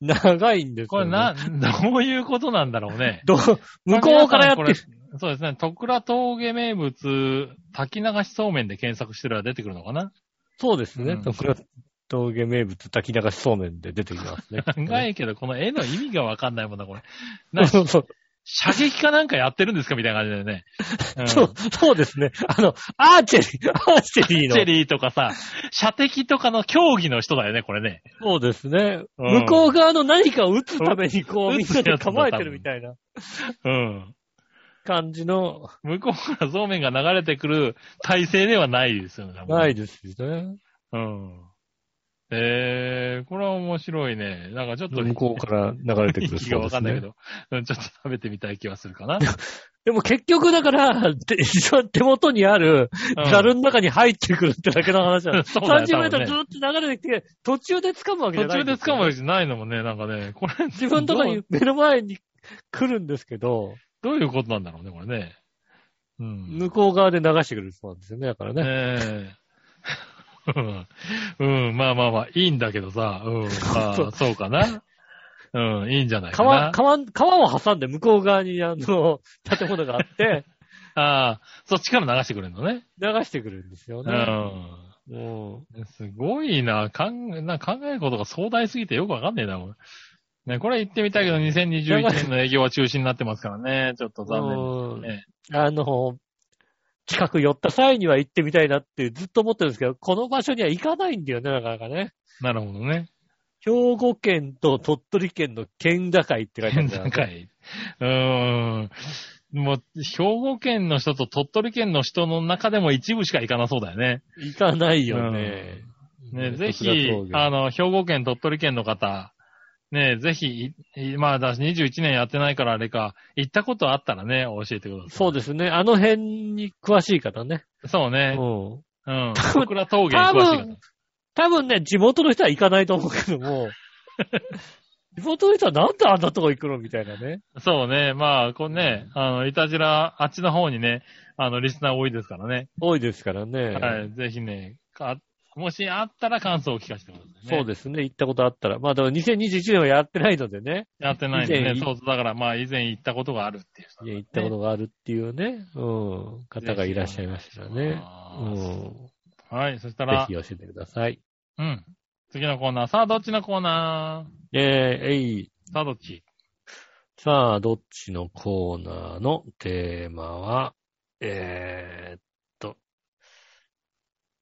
S2: 長いんです
S3: こ
S2: よ、
S3: れ
S2: ね。。
S3: な、どういうことなんだろうね
S2: どう、 向こうからやって
S3: 皆さんこれそうですね。徳倉峠名物、滝流しそうめんで検索してるら出てくる のかな
S2: そうですね。
S3: うん
S2: 徳倉峠名物、滝流しそうめんで出てきますね。
S3: 長
S2: い。
S3: いけど、この絵の意味がわかんないもんだ、これ。な
S2: そうそう、
S3: 射撃かなんかやってるんですかみたいな感じだよね。うん
S2: そう、そうですね。あの、アーチェリー、アーチェリー
S3: チェ
S2: の。
S3: リーとかさ、射的とかの競技の人だよね、これね。
S2: そうですね。
S3: う
S2: 向
S3: ん
S2: こう側の何かを打つためにこう、
S3: うん
S2: みんなで構えてるみたいな
S3: うん。
S2: 感じの、
S3: 向こうからそうめんが流れてくる体制ではないですよね。多分
S2: ない。ですよね。
S3: うん。えー、これは面白いね。なんかちょっと、
S2: 向こうから流れてくる
S3: 息
S2: そ
S3: が
S2: う
S3: わ
S2: で
S3: か
S2: す
S3: んないけ
S2: ね。
S3: ど、うんちょっと食べてみたい気はする かな。
S2: でも結局だから、手 手元にある
S3: うん
S2: ザルの中に入ってくるってだけの話な の。
S3: そうだよ
S2: 30メートル
S3: 多
S2: ずっと流れてきて、途中で掴むわけじゃな
S3: 途
S2: い
S3: 中
S2: ん
S3: です
S2: よ
S3: 掴むわけじゃないのもね、なんかね、これ、
S2: 自分とか
S3: ど
S2: に
S3: う
S2: 目の前に来るんですけど、
S3: どういうことなんだろうね、これね。うん。
S2: 向こう側で流してくれるそうなんですよね。だからね。
S3: ねえ うん、うんまあまあまあ、いいんだけどさ、うん、ま
S2: そ
S3: あ、
S2: う
S3: そうかな。うん、いいんじゃないか
S2: 川、
S3: な。
S2: 川、川を挟んで向こう側にあの、建物があって、
S3: ああ、そっちから流してくれるのね。
S2: 流してくるんですよ
S3: う
S2: ね。
S3: ん。
S2: も
S3: すごいな。考え、な考えることが壮大すぎてよくわかんねえな、これ。ね、これ言ってみたいけど、2021年の営業は中止になってますから ね。ちょっと
S2: う、
S3: 残念
S2: もう
S3: ですね。
S2: あの、近く寄った際には行ってみたいなってずっと思ってるんですけど、この場所には行かないんだよね、なかなかね。
S3: なるほど ね。
S2: 兵庫県と鳥取県の県境って書いてある
S3: 県
S2: んだ
S3: 境
S2: よね。。
S3: うーん。もう、兵庫県の人と鳥取県の人の中でも一部しか行かなそうだよね。
S2: 行かないよね。ね
S3: ね、ぜひ
S2: 徳田峠、
S3: あの、兵庫県、鳥取県の方、ね、ぜひ、いまあ、だし21年やってないからあれか、行ったことあったらね、教えてください。
S2: そうですね。あの辺に詳しい方ね。
S3: そう
S2: う
S3: ね。
S2: ん。
S3: う
S2: 多分
S3: ん。徳倉峠に詳しいか
S2: 多
S3: ら
S2: 分。多分ね、地元の人は行かないと思うけど も、地元の人はなんであんなとこ行くのみたいなね。
S3: そうね。まあ、これね、あの、いたじら、あっちの方にね、あの、リスナー多いですからね。
S2: 多いですからね。
S3: はい。ぜひね、かもしあったら感想を聞かせてくださいね。
S2: そうですね。行ったことあったら。まあでも2021年はやってないのでね。
S3: やってないんで
S2: 以
S3: ね。
S2: 前
S3: そうそう。だから、まあ、以前行ったことがあるっていう人
S2: い
S3: ね、
S2: や行ったことがあるっていうね、うん、方がいらっしゃいましたらね。う
S3: あー
S2: ん。
S3: はい。そした
S2: ぜ
S3: ら
S2: ひ、教えてください。
S3: うん。次のコーナー。さあ、どっちのコーナ
S2: えー、えい。
S3: ーさあ、どっち
S2: さあ、どっちのコーナーのテーマは、えー、っと、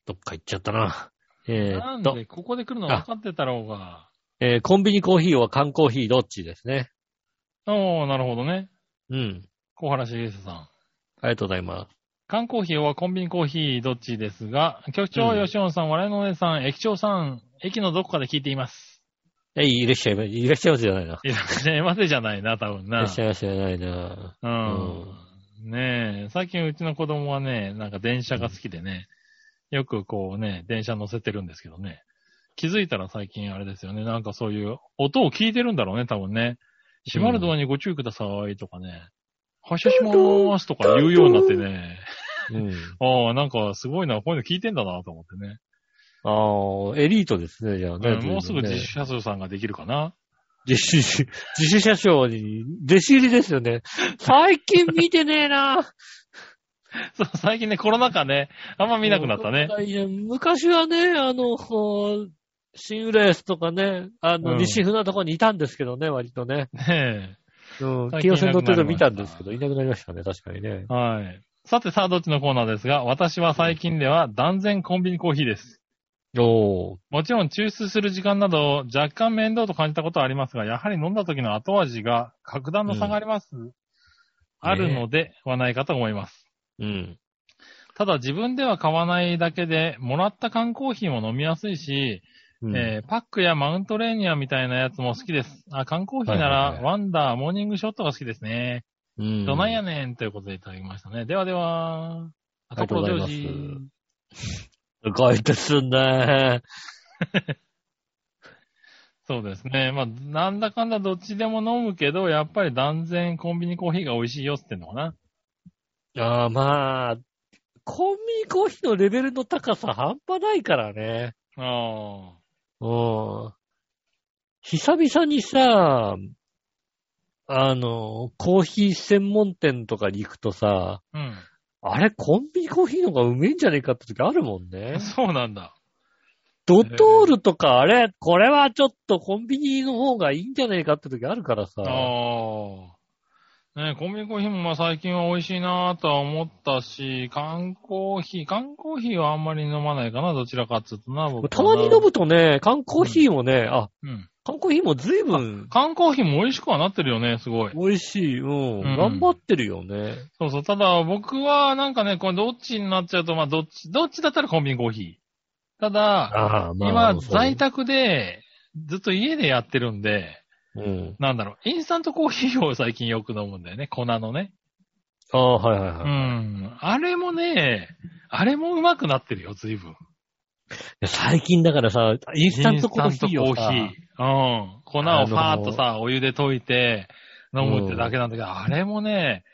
S2: どっか行っちゃったな。え
S3: な
S2: ー、
S3: ん
S2: っと、
S3: で、ここで来るの分かってたろうが。
S2: えーコンビニコーヒーは缶コーヒーどっちですね。
S3: おー、なるほどね。
S2: うん。
S3: 小原茂久さん。
S2: ありがとうございます。
S3: 缶コーヒーはコンビニコーヒーどっちですが、局長、
S2: うん
S3: 吉野さん、笑いのお姉さん、駅長さん、駅のどこかで聞いています。
S2: え、いらっしゃいま、いらっしゃいますじゃないな。い
S3: いらっ しゃいませじゃないな、多分
S2: ら
S3: な
S2: っ。しゃいますじゃないな。
S3: う。。
S2: うん
S3: ねえ、最近うちの子供はね、なんか電車が好きでね、よくこうね、電車乗せてるんですけどね。気づいたら最近あれですよね、なんかそういう音を聞いてるんだろうね、多分ね。閉まるドアにご注意くださいとかね。発車しまーすとか言うようになってね。
S2: うん。
S3: ああ、なんかすごいな、こういうの聞いてんだなと思ってね。
S2: ああ、エリートですね、じゃあね。
S3: うんもうすぐ
S2: ね
S3: 自主車掌さんができるかな。
S2: 自主、自主車掌に、弟子入りですよね。最近見てねえな。
S3: そう、最近ね、コロナ禍ね、あんま見なくなったね。
S2: いや。昔はね、あの、こう、新浦安とかね、あ
S3: う
S2: の、
S3: ん
S2: 西船とかにいたんですけどね、割とね。
S3: ね
S2: うん。
S3: 最近
S2: 京線乗ってるの
S3: いな
S2: 見た
S3: くなりました
S2: んですけど、いなくなりましたね、確かにね。
S3: え。はい。さてさあ、どっちのコーナーですが、私は最近では断然コンビニコーヒーです。
S2: おー。
S3: もちろん抽出する時間など若干面倒と感じたことはありますが、やはり飲んだ時の後味が格段の差があります。あるのではないかと思います。
S2: うん。
S3: ただ自分では買わないだけで、もらった缶コーヒーも飲みやすいし、
S2: うん
S3: えーパックやマウントレーニアみたいなやつも好きです。あ、缶コーヒーな
S2: はいはい
S3: ら
S2: は、い
S3: ワンダー、モーニングショットが好きですね。
S2: うん
S3: どないやねんということでいただきましたね。ではでは、
S2: ありがとうございます
S3: ジョージ
S2: すごいですね。
S3: そうですね。まあ、なんだかんだどっちでも飲むけど、やっぱり断然コンビニコーヒーが美味しいよって言ってんのかな。
S2: ああ、まあ、コンビニコーヒーのレベルの高さ半端ないからね。
S3: あ
S2: うん。久々にさ、あの、コーヒー専門店とかに行くとさ、
S3: あ。うん。
S2: あれ、コンビニコーヒーの方がうめえんじゃねえかって時あるもんね。
S3: そうなんだ。
S2: ドトールとか、あれ、これはちょっとコンビニの方がいいんじゃねえかって時あるからさ。
S3: ああ。ねコンビニコーヒーもまあ最近は美味しいなとは思ったし、缶コーヒー、缶コーヒーはあんまり飲まないかな、どちらかっつうとな、僕は
S2: たまに飲むとね、缶コーヒーもね、あ、
S3: うん。
S2: 缶コーヒーも随分
S3: 缶コーヒーも美味しくはなってるよね、すごい。
S2: 美味しい。うん。
S3: うん
S2: 頑張ってるよね。
S3: そうそう。ただ、僕はなんかね、これどっちになっちゃうと、まあ、どっち、どっちだったらコンビニコーヒー。ただ、
S2: ああ、
S3: 今、在。宅で、ずっと家でやってるんで、
S2: うん。
S3: なんだろう、インスタントコーヒーを最近よく飲むんだよね、粉のね。
S2: ああ、はいはいうはい。い
S3: ん。あれもね、あれもうまくなってるよ、随分。
S2: や最近だからさ、インスタントコーヒー
S3: イン
S2: を
S3: スタ
S2: さ
S3: ントコーヒーうん。粉をファーっとさ、お湯で溶いて飲むってだけなんだけど、あれもね、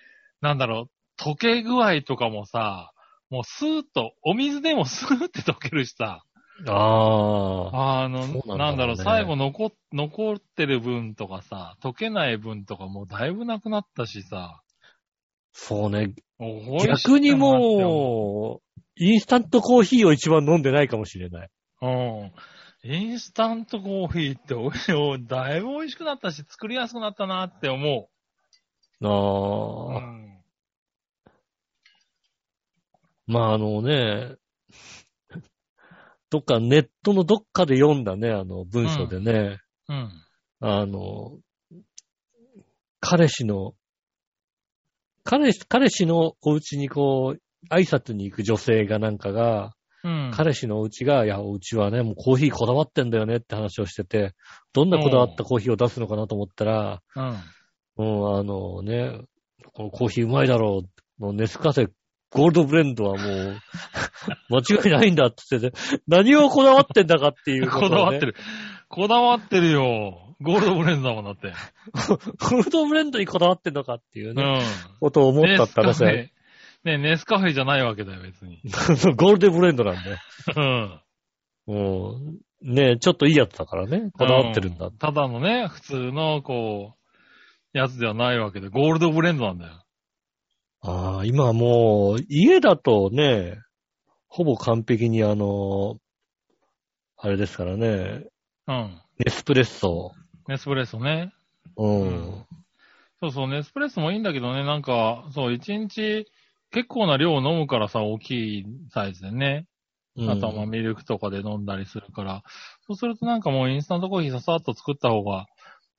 S3: なんだろう、溶け具合とかもさ、もうスーッと、お水でもスーッて溶けるしさ、
S2: ああ。
S3: あの、
S2: そうなんだろうね
S3: なんだろう、最後残っ、残ってる分とかさ、溶けない分とかもうだいぶなくなったしさ、
S2: そうね。
S3: お
S2: 逆に
S3: う、
S2: もう、インスタントコーヒーを一番飲んでないかもしれない。
S3: うん。インスタントコーヒーっておい、だいぶ美味しくなったし、作りやすくなったなって思う。
S2: ああ、
S3: うん
S2: まああのね、 どっかネットのどっかで読んだね、あの文章でね。
S3: うん。
S2: あの、彼氏の、彼氏、彼氏のお家にこう、挨拶に行く女性がなんかが、
S3: うん。
S2: 彼氏のお家が、いや、お家はね、もうコーヒーこだわってんだよねって話をしてて、どんなこだわったコーヒーを出すのかなと思ったら、
S3: うん。
S2: うん、あのね、このコーヒーうまいだろう、のネスカフェ、ゴールドブレンドはもう、 間違いないんだって言ってて、何をこだわってんだかっていうことを
S3: こ
S2: ね
S3: だわってる。こだわってるよ。ゴールドブレンドだもんだって。。
S2: ゴールドブレンドにこだわってんのかっていううんね、ことを思ったって話だよね
S3: ね。ね、ネスカフェじゃないわけだよ、別に。
S2: そうゴールデンブレンドなんで。
S3: うん。
S2: もう、ねえちょっといいやつだからね。こだわってるんだ。
S3: うただのね、普通の、こう、やつではないわけで、ゴールドブレンドなんだよ。
S2: ああ、今もう、家だとね、ほぼ完璧にあの、あれですからね、
S3: うん。
S2: エスプレッソ。
S3: ネスプレッソね。
S2: うん。
S3: そうそう、ネスプレッソもいいんだけどね、なんか、そう、一日、結構な量を飲むからさ、大きいサイズでね。
S2: うん
S3: あとはまあミルクとかで飲んだりするから、そうするとなんかもうインスタントコーヒーささっと作った方が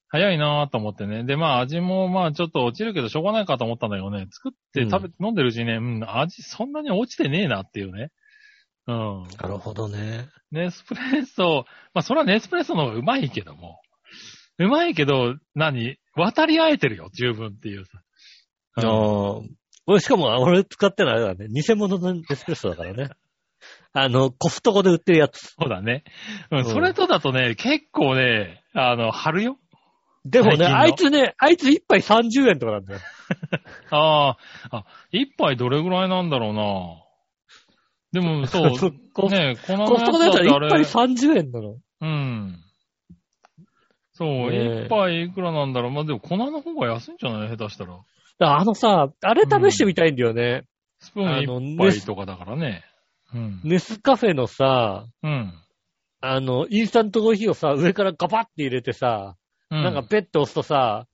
S3: 早いなぁと思ってね。で、まあ味もまあちょっと落ちるけどしょうがないかと思ったんだけどね、作って食べ、飲んでるうちにね、うん、味そんなに落ちてねえなっていうね。うん。
S2: なるほどね。
S3: ネスプレッソ、まあそれはネスプレッソの方がうまいけども。うまいけど、何渡り合えてるよ、十分っていうさ。
S2: あ
S3: うん
S2: のー俺しかも、俺使ってないからね、偽物のエスプレッソだから ね。あの、コストコで売ってるやつ。
S3: そうだね。う、
S2: うんん
S3: それとだとね、結構ね、あの、張るよ。
S2: でも
S3: 最
S2: ね、
S3: 近の
S2: あいつね、あいつ一杯30円とかなんだよ。
S3: ああ、あ、一杯どれぐらいなんだろうなでも、そう、
S2: コ
S3: ね、この
S2: コストコのやつ
S3: やつだ
S2: は一
S3: ってあれ
S2: 杯30円なの。
S3: うん。そう、
S2: ねえ
S3: 一杯いくらなんだろう。まあ、でも粉の方が安いんじゃない下手したら。
S2: だからあのさ、あれ試してみたいんだよね。
S3: スプーン
S2: あのね
S3: 一杯とかだからね。うん。
S2: ネスカフェのさ、
S3: うん。
S2: あの、インスタントコーヒーをさ、上からガバって入れてさ、
S3: うん
S2: なんかペット押すとさ、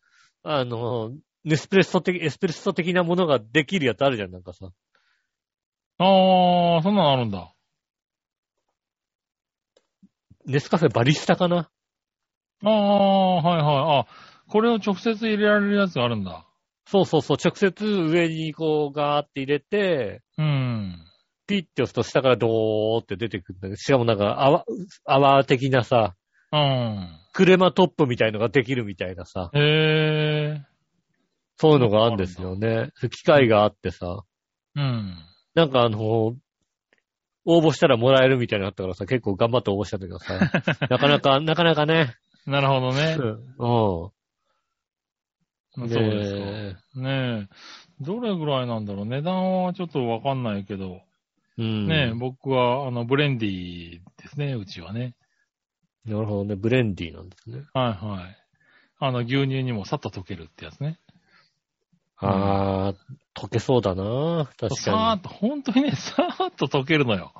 S2: あの、ネスプレッソ的、エスプレッソ的なものができるやつあるじゃん、なんかさ。
S3: ああ、そんなのあるんだ。
S2: ネスカフェバリスタかな
S3: ああ、はいはい。あ、これを直接入れられるやつがあるんだ。
S2: そうそうそう、直接上にこうガーって入れて、
S3: うん。
S2: ピッて押すと下からドーって出てくるんだけど、しかもなんか泡、泡的なさ、
S3: うん。
S2: クレマトップみたいのができるみたいなさ、
S3: へえ。
S2: そういうのがあるんですよね。機械があってさ、
S3: うん。
S2: なんかあの、応募したらもらえるみたいなのあったからさ、結構頑張って応募したんだけど さ、なかなか、なかなかね、
S3: なるほどね。
S2: うん。
S3: そうですか。
S2: ね
S3: ねえ。どれぐらいなんだろう値段はちょっとわかんないけど。
S2: えうん。
S3: ねえ、僕は、あの、ブレンディーですね、うちはね。
S2: なるほどね。ブレンディーなんですね。
S3: はいはい。あの、牛乳にもさっと溶けるってやつね。うん
S2: あー、溶けそうだな確
S3: さー
S2: か
S3: っと、本当にね、さーっと溶けるのよ。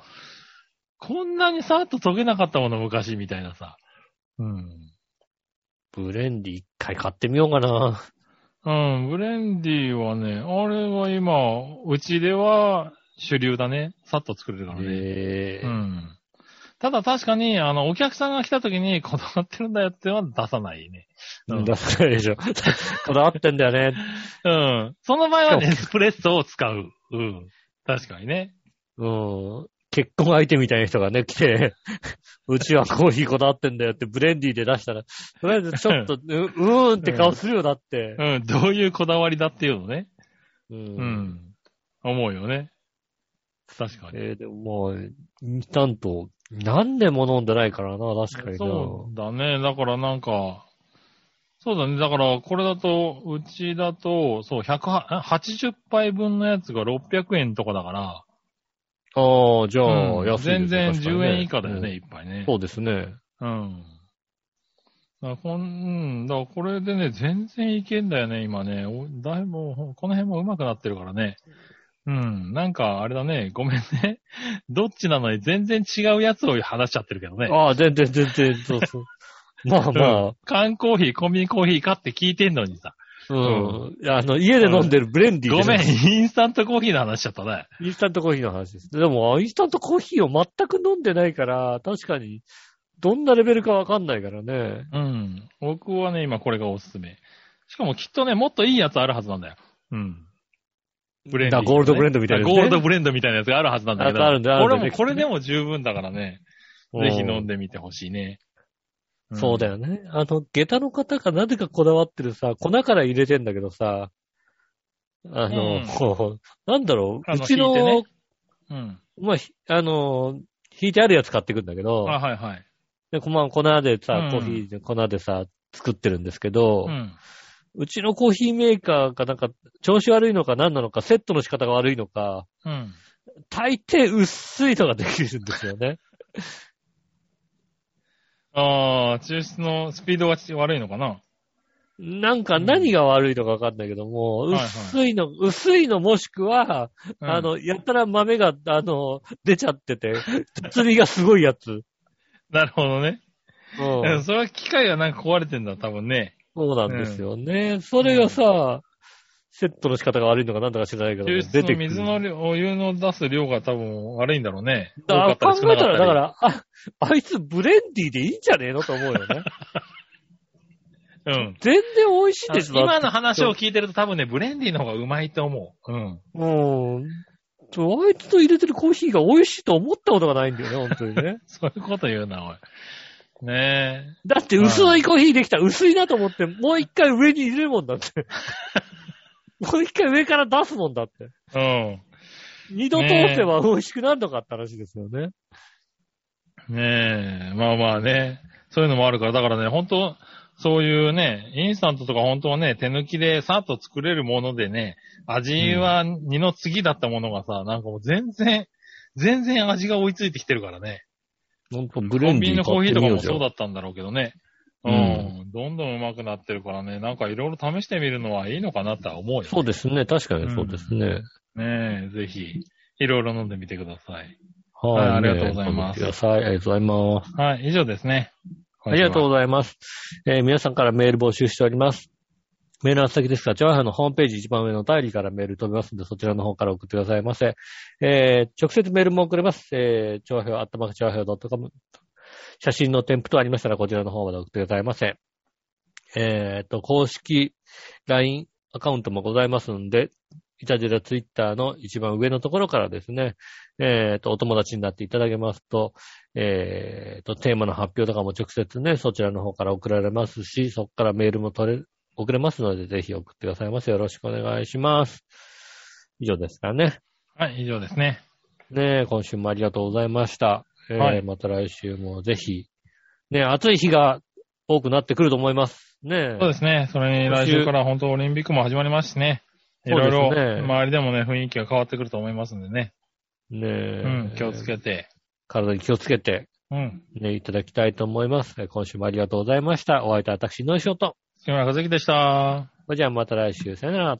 S3: こんなにさーっと溶けなかったもの、昔、みたいなさ。うん。
S2: に。ブレンディー一回買ってみようかな
S3: うん、ブレンディーはね、あれは今、うちでは主流だね。さっと作れるからね。
S2: ええ
S3: うん。ただ確かに、あの、お客さんが来た時に、こだわってるんだよっては出さないね。
S2: う
S3: う
S2: んん。出さないでしょ。 こだわってんだよね。
S3: うん。その場合はねエスプレッソを使う。うん。確かにね。
S2: うん。結婚相手みたいな人がね、来て、 うちはコーヒーこだわってんだよってブレンディーで出したら、とりあえずちょっと、ううーんって顔するよ、だって。
S3: うん。どういうこだわりだっていうのね。
S2: う
S3: うん。。思うよね。確かに。
S2: えー、でもまあ、インスタント、何年も飲んでないからな、確かにな。
S3: そうだね。だからなんか、そうだね。だから、これだと、うちだと、そう、180杯分のやつが600円とかだから、
S2: ああ、じゃあ、
S3: うん
S2: 安いですね
S3: 全然10円以下だよ。
S2: 確かに
S3: ね、一杯
S2: う
S3: ね
S2: ん。そうですね。
S3: うん。だからこん、うん、だからこれでね、全然いけんだよね、今ね。おだいぶ、この辺も上手くなってるからね。うん、なんかあれだね、ごめんね。 どっちなのに全然違うやつを話しちゃってるけどね。
S2: ああ、全然、全然、そう そう。まあまあ、
S3: 缶コーヒー、コンビニコーヒーかって聞いてんのにさ。
S2: うん。いやあの、家で飲んでるブレンディー
S3: ご
S2: じゃ
S3: め、
S2: なんい
S3: インスタントコーヒーの話しちゃったね。
S2: インスタントコーヒーの話です。でも、インスタントコーヒーを全く飲んでないから、確かに、どんなレベルかわかんないからね。
S3: うん。僕はね、今これがおすすめ。しかもきっとね、もっといいやつあるはずなんだよ。うん。ブレンド、
S2: だからゴールドブレンドみたいなやつね
S3: ゴールドブレンドみたいなやつがあるはずなんだけど。
S2: ああるんだあるんだ
S3: これも、これでも十分だからね。ぜひ飲ん
S2: で。
S3: でみてほしいね。
S2: そうだ
S3: よ。
S2: よね。あの、下駄の方がなぜかこだわってるさ、粉から入れてんだけどさ、あの、
S3: うん
S2: こうなんだろう、
S3: あ
S2: う
S3: の
S2: ちの、
S3: 引いてねうん。
S2: まあ、ひあの、引いてあるやつ買ってくんだけ
S3: あ、
S2: ど、
S3: はいはい。
S2: で、こまあ、粉でさ、
S3: うん
S2: コーヒーで粉でさ、作ってるんですけど、
S3: う。
S2: うんちのコーヒーメーカーがなんか、調子悪いのか何なのか、セットの仕方が悪いのか、
S3: うん。
S2: 大抵薄いのができるんですよね。
S3: ああ、抽出のスピードがち悪いのかな
S2: なんか何が悪いのかわかんないけども、
S3: うんはいはい
S2: 薄いの、薄いのもしくは、
S3: うん
S2: あの、やったら豆が、あの、出ちゃってて、包みがすごいやつ。
S3: なるほどね。
S2: う
S3: うんん、それは機械がなんか壊れてんだ、多分ね。
S2: そうなんですよね。それがさ、セットの仕方が悪いのかなんだか知らないけど、
S3: 抽
S2: 出
S3: 出
S2: てく
S3: の
S2: る。
S3: 水の量、お湯の出す量が多分悪いんだろうね。
S2: だ
S3: 多か
S2: から
S3: ったり少
S2: 考
S3: な
S2: えた
S3: かっ
S2: ら、
S3: り
S2: だから、あ、あいつブレンディでいいんじゃねえのと思うよね。
S3: うん。
S2: 全然美味しいですだって
S3: 今の話を聞いてると多分ね、ブレンディーの方がうまいと思う。うん。
S2: うん。そうあいつと入れてるコーヒーが美味しいと思ったことがないんだよね、本当にね。
S3: そういうこと言うな、おい。ね え。
S2: だって薄いコーヒーできたら薄いなと思って、もう一回上に入れるもんだ って。もう一回上から出すもんだって。
S3: うん。
S2: 二度通せば美味しくなるのかって話ですよね。
S3: ねえ、まあまあね。そういうのもあるから、だからね、本当そういうね、インスタントとか本当はね、手抜きでさっと作れるものでね、味は二の次だったものがさ、なんかもう全然、全然味が追いついてきてるからね。
S2: 本当
S3: コ
S2: ブ
S3: ンビニのコーヒーとかもそう
S2: だ。
S3: だったんだろうけどね。う。
S2: うんん
S3: どんどん上手くなってるからね、なんかいろいろ試してみるのはいいのかなとは思うよ、ね。
S2: そうですね。確かにそうですね。
S3: ねえ、ぜひ、いろいろ飲んでみてください。
S2: はい、
S3: はいありがとうございます
S2: ね飲んでください。ありがとうございます。
S3: はい、以上ですね。
S2: ありがとう
S3: う。
S2: ございます。えー皆さんからメール募集しております。メールの宛先ですが、チョアヘのホームページ一番上のお便りからメール飛びますので、そちらの方から送ってくださいませ。えー直接メールも送れます。えー、チョアヘアットマークチョアヘオ .com。写真の添付等ありましたら、こちらの方まで送ってくださいませ。えー、と、公式 LINE アカウントもございますんで、イタジェラツイッターの一番上のところからですね、えー、と、お友達になっていただけますと、えー、と、テーマの発表とかも直接ね、そちらの方から送られますし、そこからメールも取れ、送れますので、ぜひ送ってくださいませ。よろしくお願いします。以上ですかね。
S3: はい、以上ですね。
S2: ねえ今週もありがとうございました。えー
S3: はい
S2: また来週もぜひ、ねえ暑い日が多くなってくると思います。ねえ
S3: そうですね。それに
S2: 今
S3: 来
S2: 週
S3: 週から本当オリンピックも始まりますしね。い
S2: そうで
S3: ろい
S2: すね
S3: ろ、周りでもね、雰囲気が変わってくると思いますんでね。
S2: ねえ
S3: うん、気をつけて。
S2: 体に気をつけて、
S3: うん。
S2: ね、いただきたいと思います。えー今週もありがとうございました。お相手は私、ノイショット。
S3: 木村和樹でした。
S2: それじゃあまた来週、さよなら。